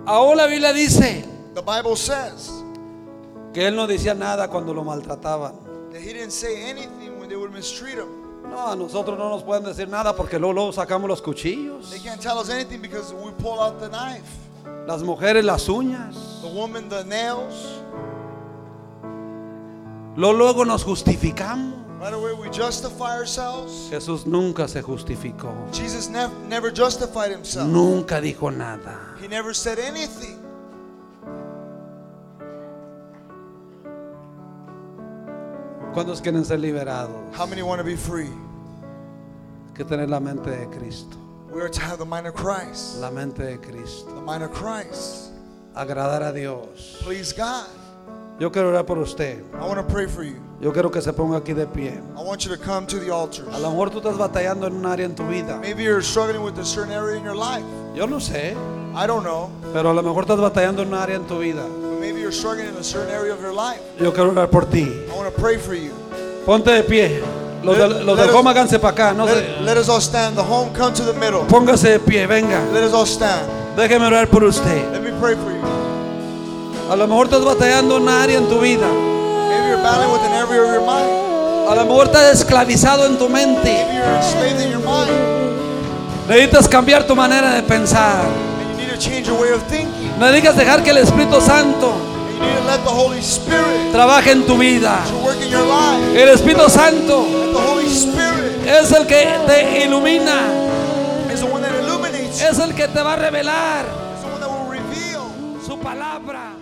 Speaker 1: aún la Biblia dice
Speaker 2: the Bible says
Speaker 1: que él no decía nada cuando lo maltrataban.
Speaker 2: that he didn't say anything when they would mistreat him.
Speaker 1: No, a nosotros no nos pueden decir nada porque luego, luego sacamos los cuchillos,
Speaker 2: They can't tell us anything because we pull out the knife.
Speaker 1: las mujeres las uñas.
Speaker 2: The woman, the nails.
Speaker 1: Luego, luego nos justificamos.
Speaker 2: Right away we justify ourselves.
Speaker 1: Jesús nunca se justificó,
Speaker 2: Jesus nev- never justified himself.
Speaker 1: nunca dijo nada.
Speaker 2: He never said anything.
Speaker 1: ¿Cuántos quieren ser liberados?
Speaker 2: How many want to be free?
Speaker 1: Hay que tener la mente de Cristo,
Speaker 2: We are to have the mind of Christ.
Speaker 1: la mente de Cristo,
Speaker 2: The mind of Christ.
Speaker 1: agradar a Dios.
Speaker 2: Please God.
Speaker 1: Yo quiero orar por usted.
Speaker 2: I want to pray for you.
Speaker 1: Yo quiero que se ponga aquí de pie.
Speaker 2: I want you to come to the altar.
Speaker 1: A lo mejor tú estás batallando en un área en tu vida.
Speaker 2: Maybe you're struggling with a certain area in your life.
Speaker 1: Yo no sé,
Speaker 2: I don't know.
Speaker 1: pero a lo mejor estás batallando en un área en tu vida.
Speaker 2: But maybe you're struggling in a certain area of your life.
Speaker 1: Yo quiero orar por ti.
Speaker 2: I want to pray for you.
Speaker 1: Ponte de pie. Los de, los del home, háganse para acá. No
Speaker 2: Let,
Speaker 1: sé.
Speaker 2: let us all stand. The home, come to the middle.
Speaker 1: Póngase de pie, venga.
Speaker 2: Let us all stand.
Speaker 1: Déjeme orar por usted.
Speaker 2: Let me pray for you.
Speaker 1: A lo mejor estás batallando en un área en tu vida.
Speaker 2: Maybe you're battling with an area of your mind.
Speaker 1: A lo mejor estás esclavizado en tu mente.
Speaker 2: Maybe you're enslaved in your mind.
Speaker 1: Necesitas cambiar tu manera de pensar.
Speaker 2: And you need to change your way of thinking.
Speaker 1: Necesitas dejar que el Espíritu Santo
Speaker 2: And you need to let the Holy Spirit
Speaker 1: trabaje en tu vida.
Speaker 2: to work in your life.
Speaker 1: El Espíritu Santo
Speaker 2: Let the Holy Spirit
Speaker 1: es el que te ilumina.
Speaker 2: is the one that illuminates you.
Speaker 1: es el que te va a revelar
Speaker 2: It's the one that will reveal.
Speaker 1: su palabra.